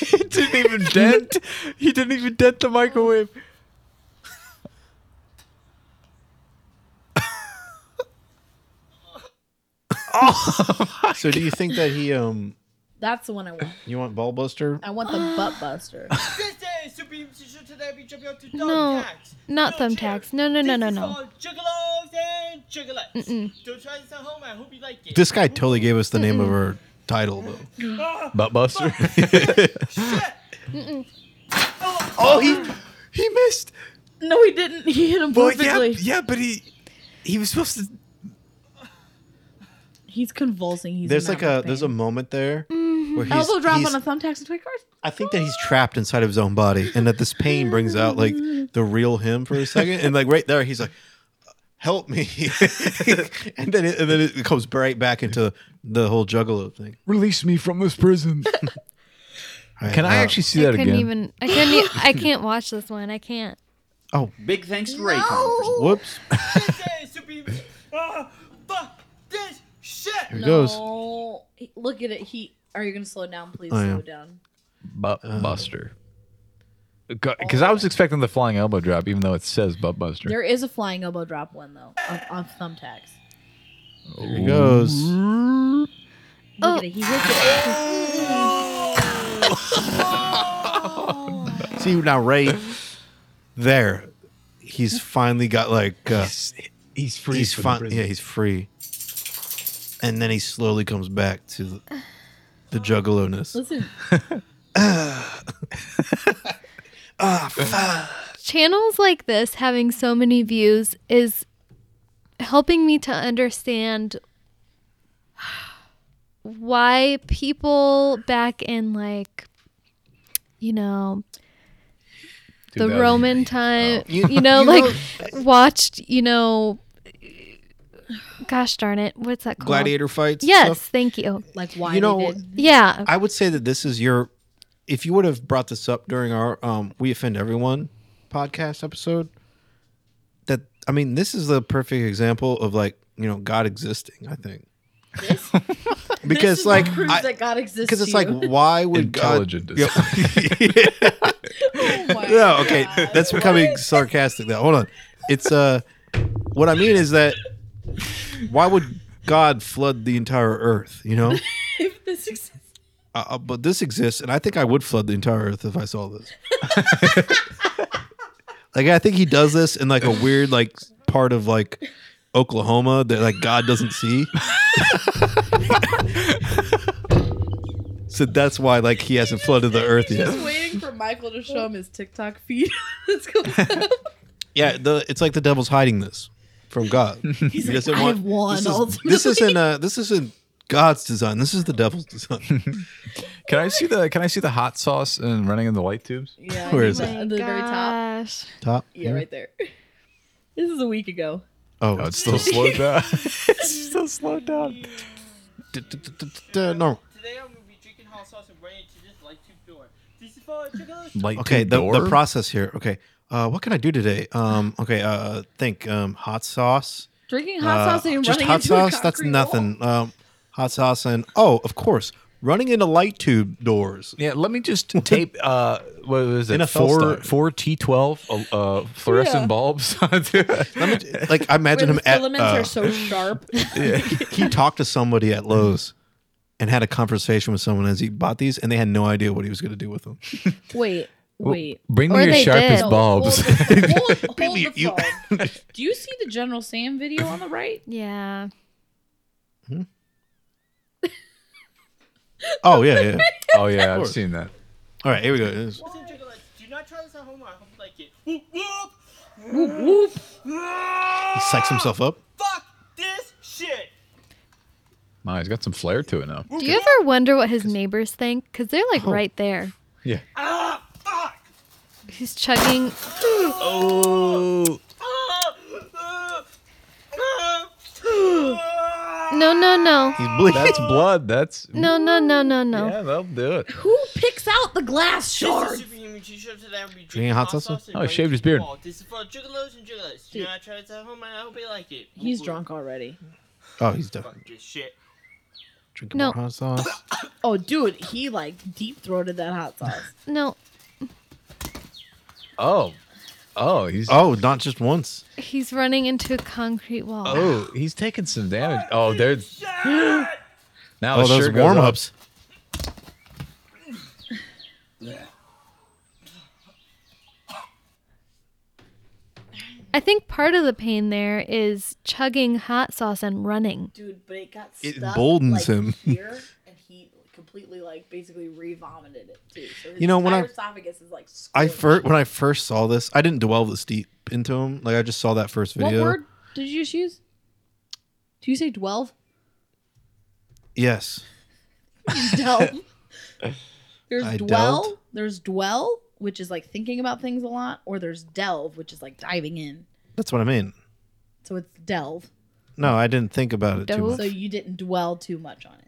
C: it didn't even dent. He didn't even dent the microwave.
B: So do you think that he um
A: That's the one I want.
B: you want ball buster?
A: I want the butt buster.
H: This is Superhuman TV Show. Today we jumping out to
D: No,
H: thumbtacks.
D: not thumbtacks. No, no, no, no,
H: This is
D: no.
H: all Juggalos and Juggalettes.
D: Mm-mm.
H: Don't try this at home. I hope you like it.
B: This guy totally gave us the name of our title though.
H: Ah,
C: Butt buster.
D: Mm-mm.
C: oh, he he missed.
A: No, he didn't. He hit him
C: Well, yeah,
A: perfectly.
C: yeah, but he he was supposed to.
A: He's convulsing. He's
B: there's
A: in
B: like
A: that
B: a
A: much
B: there's a
A: pain.
B: moment there where he's,
A: elbow drop
B: he's-
A: on a thumbtacks and toy cars.
B: I think that he's trapped inside of his own body and that this pain brings out like the real him for a second and like right there he's like help me and then it, and then it comes right back into the whole juggalo thing.
C: Release me from this prison. Can I actually see that
D: Uh, I couldn't
C: again?
D: even. I couldn't. e- I can't watch this one. I can't.
B: Oh,
S: big thanks to Raycon.
B: Whoops. Here it goes. Oh,
A: No. Look at it. He. Are you gonna slow down, please?
C: I
A: slow
C: am.
A: down.
C: Butt
D: Uh.
C: Buster. Because I was expecting the flying elbow drop, even though it says Butt Buster.
J: There is a flying elbow drop one though of, of thumbtacks.
C: There
B: he goes.
J: Look at it. He hits
B: See now, Ray. There, he's finally got like. Uh, he's,
C: free from
B: fin-
C: prison.
B: Yeah, he's free. And then he slowly comes back to the, the juggaloness.
A: Listen.
B: Ah. Ah,
D: Channels like this having so many views is helping me to understand why people back in like you know
T: 2000.
D: the
B: Oh.
D: Roman time,
T: You-
D: you, know,
T: you
D: like
T: know-
D: watched, you know, gosh darn it, what's that called?
B: Gladiator fights and
D: Yes,
B: stuff?
D: thank you.
J: Like why
B: you know,
D: Yeah.
B: I would say that this is your. If you would have brought this up during our um, "We Offend Everyone" podcast episode, that I mean, this is the perfect example of like you know God existing. I think because
A: This is
B: like
A: what proves
B: I-
A: that God exists.
B: because it's
A: to
B: like
A: you.
B: why would
C: Intelligent
B: God? Yeah. no, okay, that's becoming sarcastic. Now, hold on. It's uh, what I mean is that why would God flood the entire earth? You know.
A: if this exists.
B: Uh, uh, but this exists, and I think I would flood the entire earth if I saw this. like I think he does this in like a weird like part of like Oklahoma that like God doesn't see. so that's why like he hasn't flooded the earth yet.
A: Just waiting for Michael to show him his TikTok feed. Let's go.
B: Yeah, the it's like the devil's hiding this from God.
A: He's like, "I have won,
B: This,
A: ultimately."
B: is, this isn't uh, this isn't God's design. This is the devil's design.
C: Can I see the Can I see the hot sauce and running in the light tubes?
A: Yeah,
B: Where
A: I
B: is
A: think
B: it?
A: At the very top.
B: Top.
A: Yeah, right there. This is a week ago.
B: Oh,
C: it's still slowed down.
A: it's
C: still slowed down.
B: No.
C: Light
B: okay,
C: tube
B: the,
C: door?
B: the process here. Okay, uh, what can I do today? Um, okay, uh, think um, hot sauce.
A: Drinking hot sauce and
B: Uh, just
A: running
B: hot
A: into a
B: sauce. that's
A: concrete
B: nothing. Um, hot sauce and oh, of course, running into light tube doors.
C: Yeah, let me just tape. Uh, what was it?
B: NFL
C: Four
B: style.
C: four T twelve uh, uh, fluorescent
A: Yeah.
C: bulbs. let me,
B: like I imagine
A: Where
B: him
A: the
B: at.
A: filaments
B: uh,
A: are so sharp.
B: he talked to somebody at Lowe's and had a conversation with someone as he bought these, and they had no idea what he was going to do with them.
A: Wait,
B: Well,
A: wait.
B: bring me Or your they sharpest did. bulbs.
A: No, hold the- hold- hold
B: Bring me
A: the
B: you-
A: phone. Do you see the General Sam video on the right?
D: Yeah.
B: Oh yeah, yeah.
C: oh yeah, I've
B: course.
C: seen that.
B: All right, here we go. It is-
N: Do not try this at home. I hope you like it. Whoop, whoop.
B: He psychs himself up.
N: This shit.
C: My, he's got some flair to it now.
D: Do you ever wonder what his neighbors think? Because they're like
C: Oh.
D: right there.
C: Yeah.
A: Ah,
D: He's chugging.
C: Oh.
D: No, no, no.
C: He's bleeding. That's blood. That's
D: No, no, no, no, no.
C: Yeah, that'll do it.
J: Who picks out the glass
N: shards?
C: Drinking hot sauce? Oh, he shaved his beard.
N: This is for juggalos and juggalos. Do not try this at home. I hope you like it.
A: He's drunk already.
B: Oh, he's definitely
N: This shit.
B: drinking
A: No.
B: more hot sauce.
A: Oh, dude, he like deep throated that hot sauce.
D: No,
C: Oh, oh, he's
B: oh, not just once.
D: he's running into a concrete wall.
C: Oh, he's taking some damage. Oh, there's now
B: Oh,
C: his
B: those
C: shirt goes
B: warm
C: up.
B: ups.
D: I think part of the pain there is chugging hot sauce and running.
A: Dude, but it got
B: It
A: stuck
B: emboldens
A: like,
B: him.
A: here, and he completely like basically re-vomited it too. So his
B: You know, when
A: entire
B: I-
A: esophagus is like.
B: I first when I first saw this, I didn't dwell this deep into him. Like I just saw that first
A: What
B: video.
A: word did you just use? Do you say twelve?
B: Yes.
A: Delve. There's
B: I
A: dwell.
B: delved.
A: There's dwell, which is like thinking about things a lot, or there's delve, which is like diving in.
B: That's what I mean.
A: So it's delve.
B: No, I didn't think about it too much.
A: So you didn't dwell too much on it.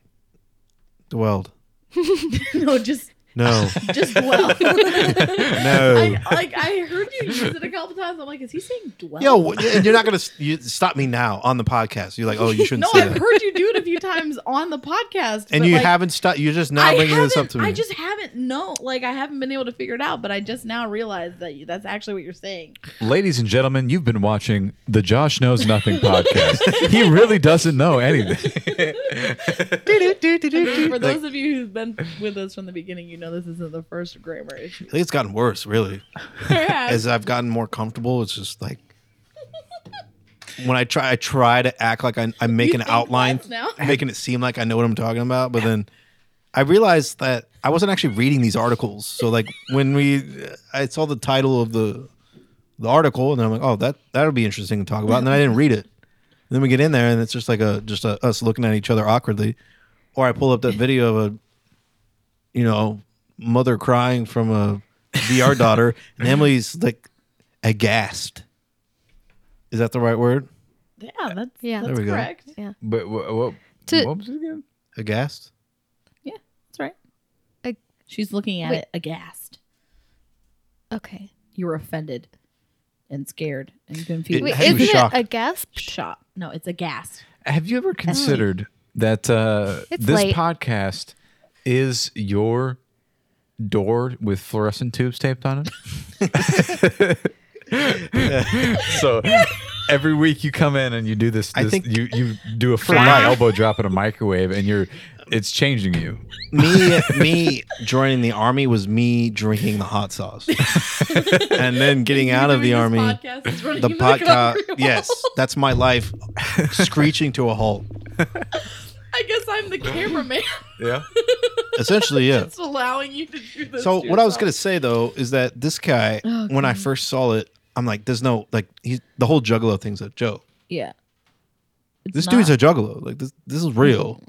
B: Dwelled.
A: no, just
B: No.
A: Just dwell. no.
B: No.
A: I, like I heard you use it a couple times. I'm like, is he saying dwell?
B: Yo, wh- and you're not gonna s- you, stop me now on the podcast. You're like, oh, you shouldn't
A: no,
B: say
A: I've
B: that.
A: heard you do it a few times on the podcast.
B: and
A: but,
B: you
A: like,
B: haven't stopped. You're just now
A: I
B: bringing this up
A: haven't-
B: to me.
A: I just haven't no, like I haven't been able to figure it out, but I just now realized that you, that's actually what you're saying.
C: Ladies and gentlemen, you've been watching the Josh Knows Nothing podcast. he really doesn't know anything.
A: For
B: Like-
A: those of you who've been with us from the beginning, you know this isn't the first grammar issue.
B: I think it's gotten worse, really.
A: Perhaps.
B: As I've gotten more comfortable, it's just like when I try, I try to act like I, I make
A: You
B: an
A: think
B: outline,
A: less now?
B: making it seem like I know what I'm talking about. But then I realized that I wasn't actually reading these articles. So like when we, I saw the title of the the article, and then I'm like, oh, that that'll be interesting to talk about. And then I didn't read it. And then we get in there, and it's just like a just a, us looking at each other awkwardly. Or I pull up that video of a, you know, mother crying from a VR daughter, and Emily's like aghast. Is that the right word?
A: Yeah, that's
D: yeah,
B: There we go. correct.
D: Yeah,
C: But what, what,
D: To-
C: what was it again?
B: Aghast.
A: That's right. She's looking at
D: Wait.
A: it aghast.
D: Okay.
A: You were offended and scared and confused.
D: Wait, isn't it a gasp?
A: Shot. No, it's aghast.
C: Have you ever considered that uh,
A: Oh. It's
C: this
A: late.
C: podcast is your door with fluorescent tubes taped on it? so every week you come in and you do this.
B: I
C: this-
B: think-
C: you you do a flying
B: life.
C: elbow drop in a microwave, and you're it's changing you.
B: me me joining the army was me drinking the hot sauce and then getting out of the army
A: podcast is running
B: the
A: into the
B: podcast
A: concrete wall.
B: yes that's my life screeching to a halt
A: I guess I'm the cameraman.
C: yeah
B: essentially yeah
A: It's allowing you to do this.
B: so
A: to
B: what i was
A: yourself.
B: gonna say though is that this guy
A: Oh,
B: when i
A: God.
B: first saw it i'm like there's no like he's the whole juggalo thing's a joke
A: Yeah. It's
B: this dude's a
A: not- Mm.
B: juggalo like this this is real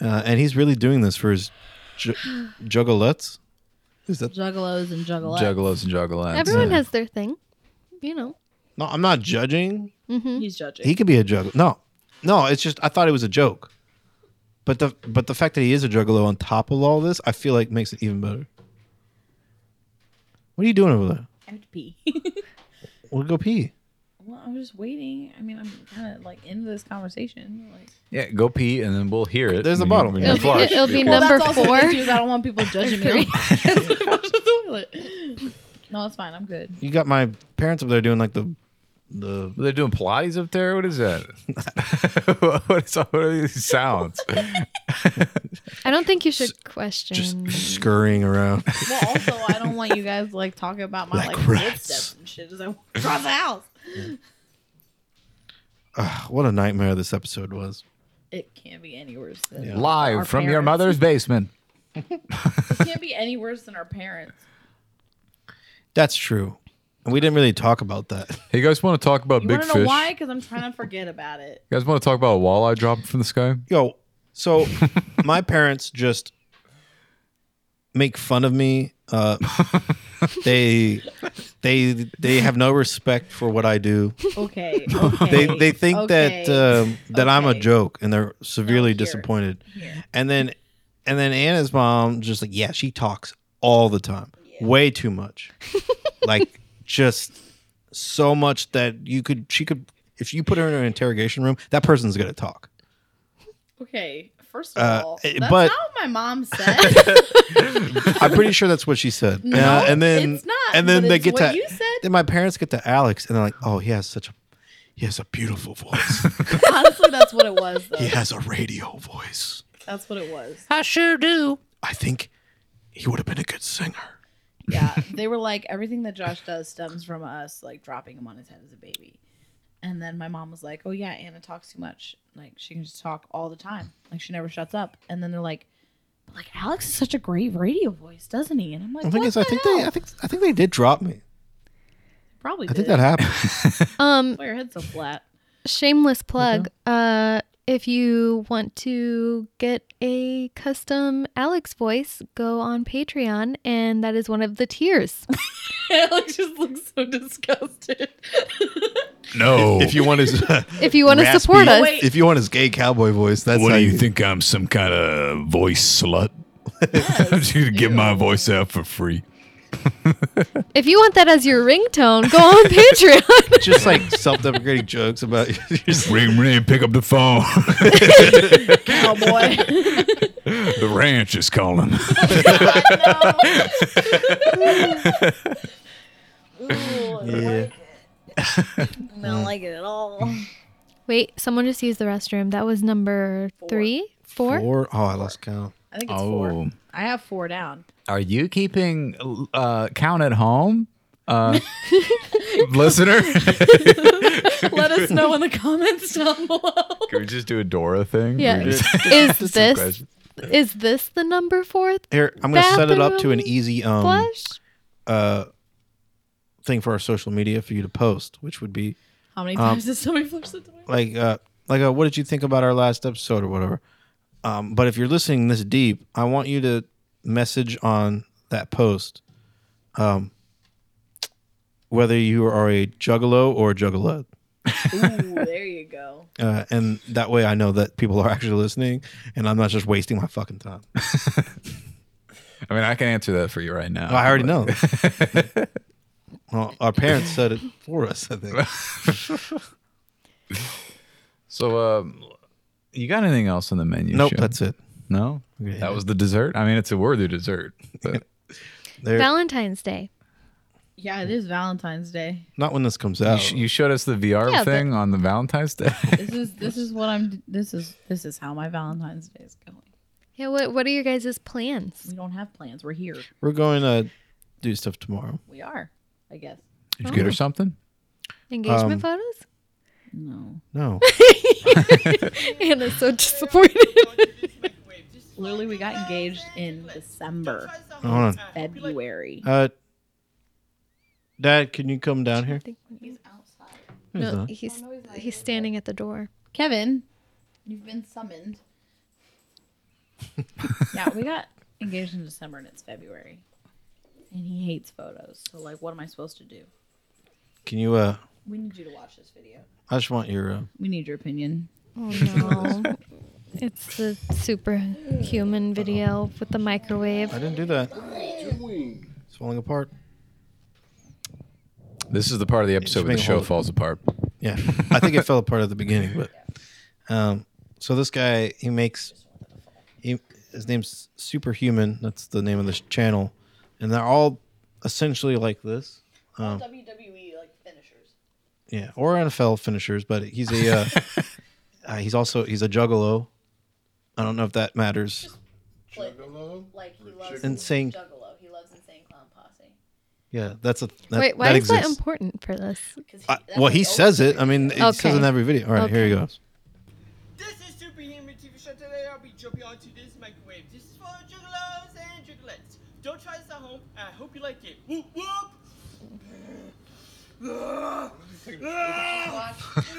B: uh, and he's really doing this for his ju- juggalettes is that
A: juggalos and juggalettes.
C: Juggalos and juggalettes.
D: Everyone has their thing, you know.
B: no i'm not judging
D: Mm-hmm.
A: He's judging.
B: He could be a juggalo. No, no. It's just I thought it was a joke, but the but the fact that he is a juggalo on top of all this, I feel like makes it even better. What are you doing over there?
A: I have to pee.
B: We'll go pee.
A: well, I'm just waiting. I mean, I'm kind of like into this conversation. Like,
C: Yeah, go pee, and then we'll hear it.
B: There's the
C: when you-
B: bottle.
C: when you
D: It'll be-
C: flush.
D: it'll be
C: Okay.
D: Well, Number
A: that's also
D: four.
A: the issue is I don't want people judging me.
D: Three.
A: when I watch the toilet. No, it's fine. I'm good.
B: You got my parents up there doing like the the.
C: They're doing Pilates up there. What is that? what, is, what are these sounds?
D: I don't think you should question.
B: Scurrying around.
A: Well, also, I don't want you guys to, like talking about my
B: Like
A: like,
B: rats.
A: footsteps and shit as I walk across the house.
B: Ugh, what a nightmare this episode was.
A: It can't be any worse than
C: Live
A: our
C: from your
A: parents.
C: mother's basement.
A: It can't be any worse than our parents.
B: That's true. And we didn't really talk about that.
C: Hey, you guys want to talk about
A: You
C: big
A: want to know
C: fish?
A: why? Because I'm trying to forget about it.
C: You guys want to talk about a walleye dropping from the sky?
B: Yo, so my parents just make fun of me. Uh, they they they have no respect for what I do.
A: Okay.
B: They
A: okay,
B: they think
A: okay.
B: that um, that I'm a joke, and they're severely disappointed. And then and then Anna's mom just like yeah, she talks all the time, way too much, like just so much that you could she could if you put her in an interrogation room, that person's gonna talk.
A: Okay. First of
B: Uh,
A: all,
B: eh,
A: that's
B: but-
A: not what my mom said.
B: I'm pretty sure that's what she said.
A: No,
B: Uh, and then
A: it's not,
B: and then
A: but
B: they
A: it's
B: get
A: what
B: to
A: you said.
B: then my parents get to Alex and they're like, "Oh, he has such a he has a beautiful voice.
A: Honestly, that's what it was. Though.
B: he has a radio voice.
A: That's what it was.
B: I sure do. I think he would have been a good singer."
A: Yeah. They were like, everything that Josh does stems from us, like dropping him on his head as a baby. And then my mom was like, oh, yeah, Anna talks too much. Like, she can just talk all the time. Like, she never shuts up. And then they're like, but like, Alex is such a great radio voice, doesn't he? And I'm like,
B: I think
A: what
B: it's, I
A: the
B: think
A: hell?
B: they I think I think they did drop me.
A: Probably
B: I think
A: did.
B: that happened.
D: Um,
A: Why your head's so flat?
D: shameless plug. Uh, if you want to get a custom Alex voice, go on Patreon, and that is one of the tiers.
A: Alex just looks so disgusted.
G: No.
B: If, if you want his uh,
D: If you wanna
B: raspy-
D: support us.
B: If you want his gay cowboy voice, that's
G: what
B: how
G: do you
B: you
G: think I'm some kind of voice slut? I'm just gonna get my voice out for free.
D: If you want that as your ringtone, go on Patreon.
B: Just like self-deprecating jokes about
G: ring ring, pick up the phone.
J: Cowboy.
G: the ranch is calling.
B: yeah.
D: I don't like it at all. Wait, someone just used the restroom. That was number three, four.
B: Four. Oh, I lost count.
J: I think it's
C: Oh.
J: four. I have four down.
C: Are you keeping uh, count at home? Uh, listener?
A: Let us know in the comments down below.
C: Can we just do a Dora thing?
D: Yeah.
C: We just-
D: Is
C: Some
D: this
C: question.
D: is this the number fourth?
B: Here, I'm gonna set it up to
D: bathroom
B: an easy um
D: flush?
B: uh thing for our social media for you to post, which would be
A: How many
B: um,
A: times did somebody flush the toilet?
B: like uh like uh, what did you think about our last episode or whatever um but if you're listening this deep i want you to message on that post um whether you are a juggalo or a juggalette
J: Ooh, there you go.
B: uh, and that way i know that people are actually listening and i'm not just wasting my fucking time
C: I mean, I can answer that for you right now.
B: Oh, I already know well, our parents said it for us i think
C: So, um, you got anything else on the menu?
B: Nope,
C: Shin?
B: that's it.
C: No,
B: Okay.
C: that was the dessert. I mean, it's a worthy dessert. But
D: Valentine's Day.
J: Yeah, it is Valentine's Day.
B: not when this comes
C: you,
B: out
C: sh- you showed us the VR
J: Yeah, but-
C: thing on the Valentine's Day.
J: This is this is what I'm. This is this is how my Valentine's Day is going.
D: Yeah, what what are your guys' plans?
J: We don't have plans. We're here.
B: we're going to do stuff tomorrow
J: We are. I guess.
C: Did you get her something?
D: Engagement
B: Um,
D: photos?
J: No.
B: no
D: Anna's so disappointed.
J: Literally, we got engaged in December.
B: Hold on.
J: February.
B: Uh, Dad, can you come down here?
J: He's
B: He's
D: No,
B: not.
D: he's he's standing at the door.
J: Kevin, you've been summoned. yeah, we got engaged in December and it's February. And he hates photos. So, like, what am I supposed to do?
B: Can you? Uh,
J: We need you to watch this video.
B: I just want your. Uh,
J: We need your opinion.
D: Oh no. it's the superhuman video with the microwave.
B: I didn't do that. It's falling apart.
C: This is the part of the episode where the
B: being
C: show
B: hold-
C: falls apart.
B: Yeah, I think it fell apart at the beginning, but um, so this guy he makes he his name's Superhuman. That's the name of this channel, and they're all essentially like this. Um,
J: WWE, E, like, finishers.
B: Yeah, or NFL finishers, but he's a uh, uh, he's also he's a juggalo. I don't know if that matters.
J: Juggalo? Like, he loves
B: Insane.
J: Juggalo. He loves Insane Clown Posse.
B: Yeah, that's a that,
D: Wait, why
B: that
D: is
B: exists.
D: that important for this?
B: I, well, he says it. I mean, it says
D: Okay.
B: it in every video. All right, here you go.
N: This is Superhuman TV show. Today I'll be jumping onto this microwave. This is for juggalos and juggalettes. Don't try this at home. I hope you like it. Whoop whoop.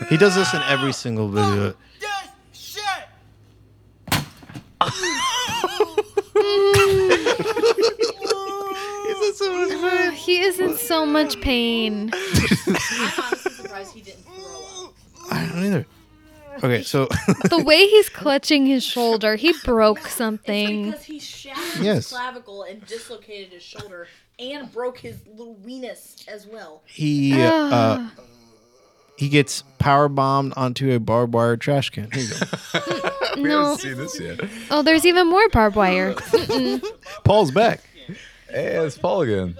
B: He does this in every single video.
N: This shit.
D: Oh, he is in so much pain.
J: Surprised he didn't throw up.
B: I don't either. Okay, so
D: the way he's clutching his shoulder, he broke something.
J: Because he shattered his
B: Yes.
J: clavicle and dislocated his shoulder and broke his little weenus as well.
B: he uh, he gets power bombed onto a barbed wire trash can. Here you go.
D: We haven't No. seen
C: this yet.
D: Oh, there's even more barbed wire. Mm-mm.
B: Paul's back.
C: Hey, it's Paul again.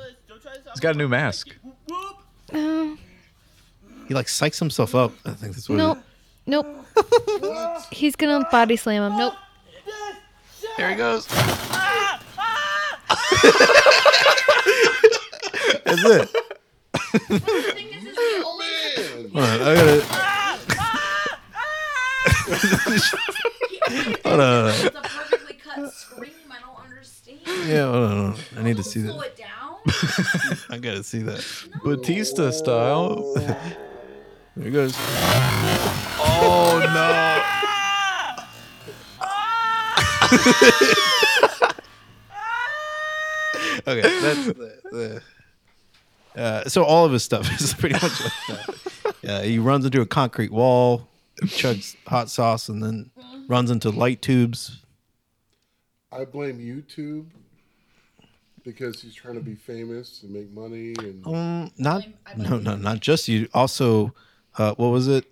C: He's got a new mask.
D: Oh,
B: He like psychs himself up. I think that's what.
D: nope. Nope. he's gonna body slam him. Nope.
B: There he goes. It is. That's it. Hold on, I gotta. Hold on.
J: It's a perfectly cut scream. I don't understand.
B: Yeah, hold on, hold on. I need to see
J: Slow
B: that.
J: it down.
B: I gotta see that.
C: Batista style.
B: There he goes.
C: Oh no.
B: Okay, that's the. the uh, so all of his stuff is pretty much like that. Yeah, he runs into a concrete wall, chugs hot sauce, and then runs into light tubes.
U: I blame YouTube because he's trying to be famous and make money and
B: Um, not no, no, not just you. Also, uh, what was it?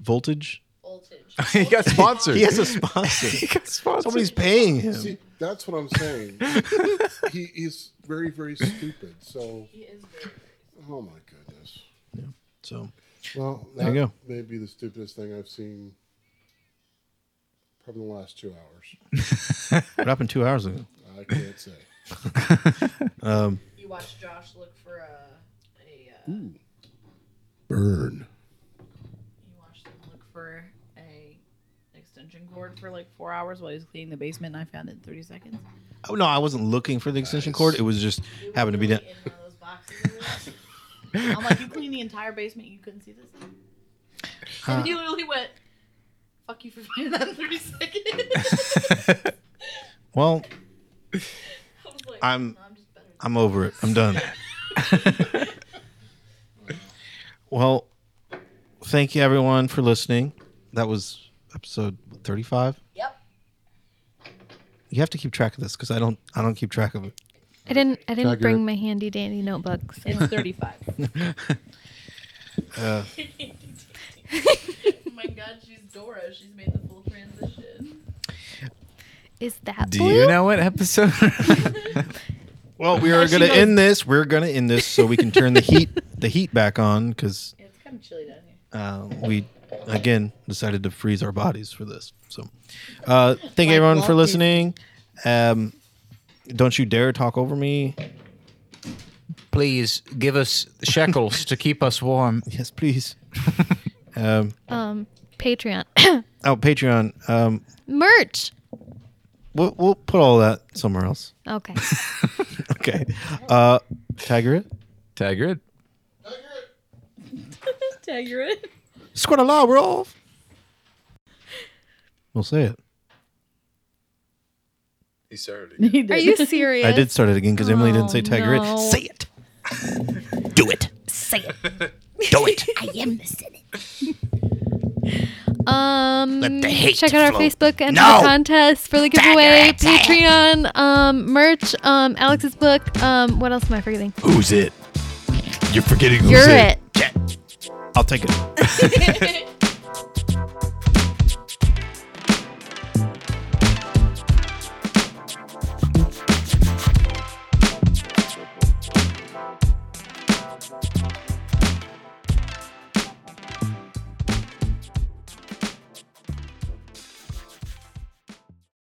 B: Voltage. Voltage.
C: he got sponsored.
B: he has a sponsor. he got sponsored. Somebody's paying him.
U: See, that's what I'm saying. he is very, very stupid. So he is very. Oh my goodness.
B: So
U: Well, that
B: There you go.
U: may be the stupidest thing I've seen. Probably in the last two hours.
B: what happened two hours ago?
U: I can't say.
B: um,
A: You watch Josh look for a, a uh,
U: Ooh. Burn.
A: you watched him look for a extension cord for like four hours while he was cleaning the basement, and I found it in thirty seconds.
B: Oh no, I wasn't looking for the extension cord. It was just happened to be done.
A: I'm like, you cleaned the entire basement, you couldn't see this.
B: Uh,
A: and he literally went, "Fuck you for finding that in thirty seconds."
B: Well, I'm I'm over it. I'm done. well, thank you everyone for listening. That was episode 35.
A: Yep.
B: You have to keep track of this because I don't I don't keep track of it.
D: I didn't. I didn't
B: Tiger.
D: bring my handy dandy notebook. so-
A: It's 35. oh
B: Uh,
A: my god, she's Dora. She's made the full transition.
D: Is that
C: Do
D: blue?
C: you know what episode?
B: well, we are
D: She
B: going to
D: knows-
B: end this. We're going to end this so we can turn the heat the heat back on because
A: It's kind of chilly down here.
B: uh, we again decided to freeze our bodies for this. So, uh, thank you everyone for
A: Walt
B: listening. Um, don't you dare talk over me.
C: Please give us shekels to keep us warm.
B: Yes, please. Um,
D: Um, Patreon
B: oh, Patreon. Um,
D: merch.
B: we'll, we'll put all that somewhere else.
D: Okay.
B: okay. Uh, Tiger it.
C: Tiger it.
A: Tiger it.
B: Squad law, we're off. We'll say it.
K: He started it.
A: He
D: Are you serious?
B: I did start it again because Emily didn't say
D: Oh,
B: Tiger
D: no.
B: it. Say it. Do it.
D: Say it.
B: Do it.
D: I am the Senate. Um,
T: Let the hate
D: check out our
T: flow.
D: Facebook and
T: No!
D: the contest for the giveaway, Patreon, um, merch, um, Alex's book. Um, what else am I forgetting?
B: Who's it? You're forgetting
D: You're it.
B: I'll take it.
T: Thank you.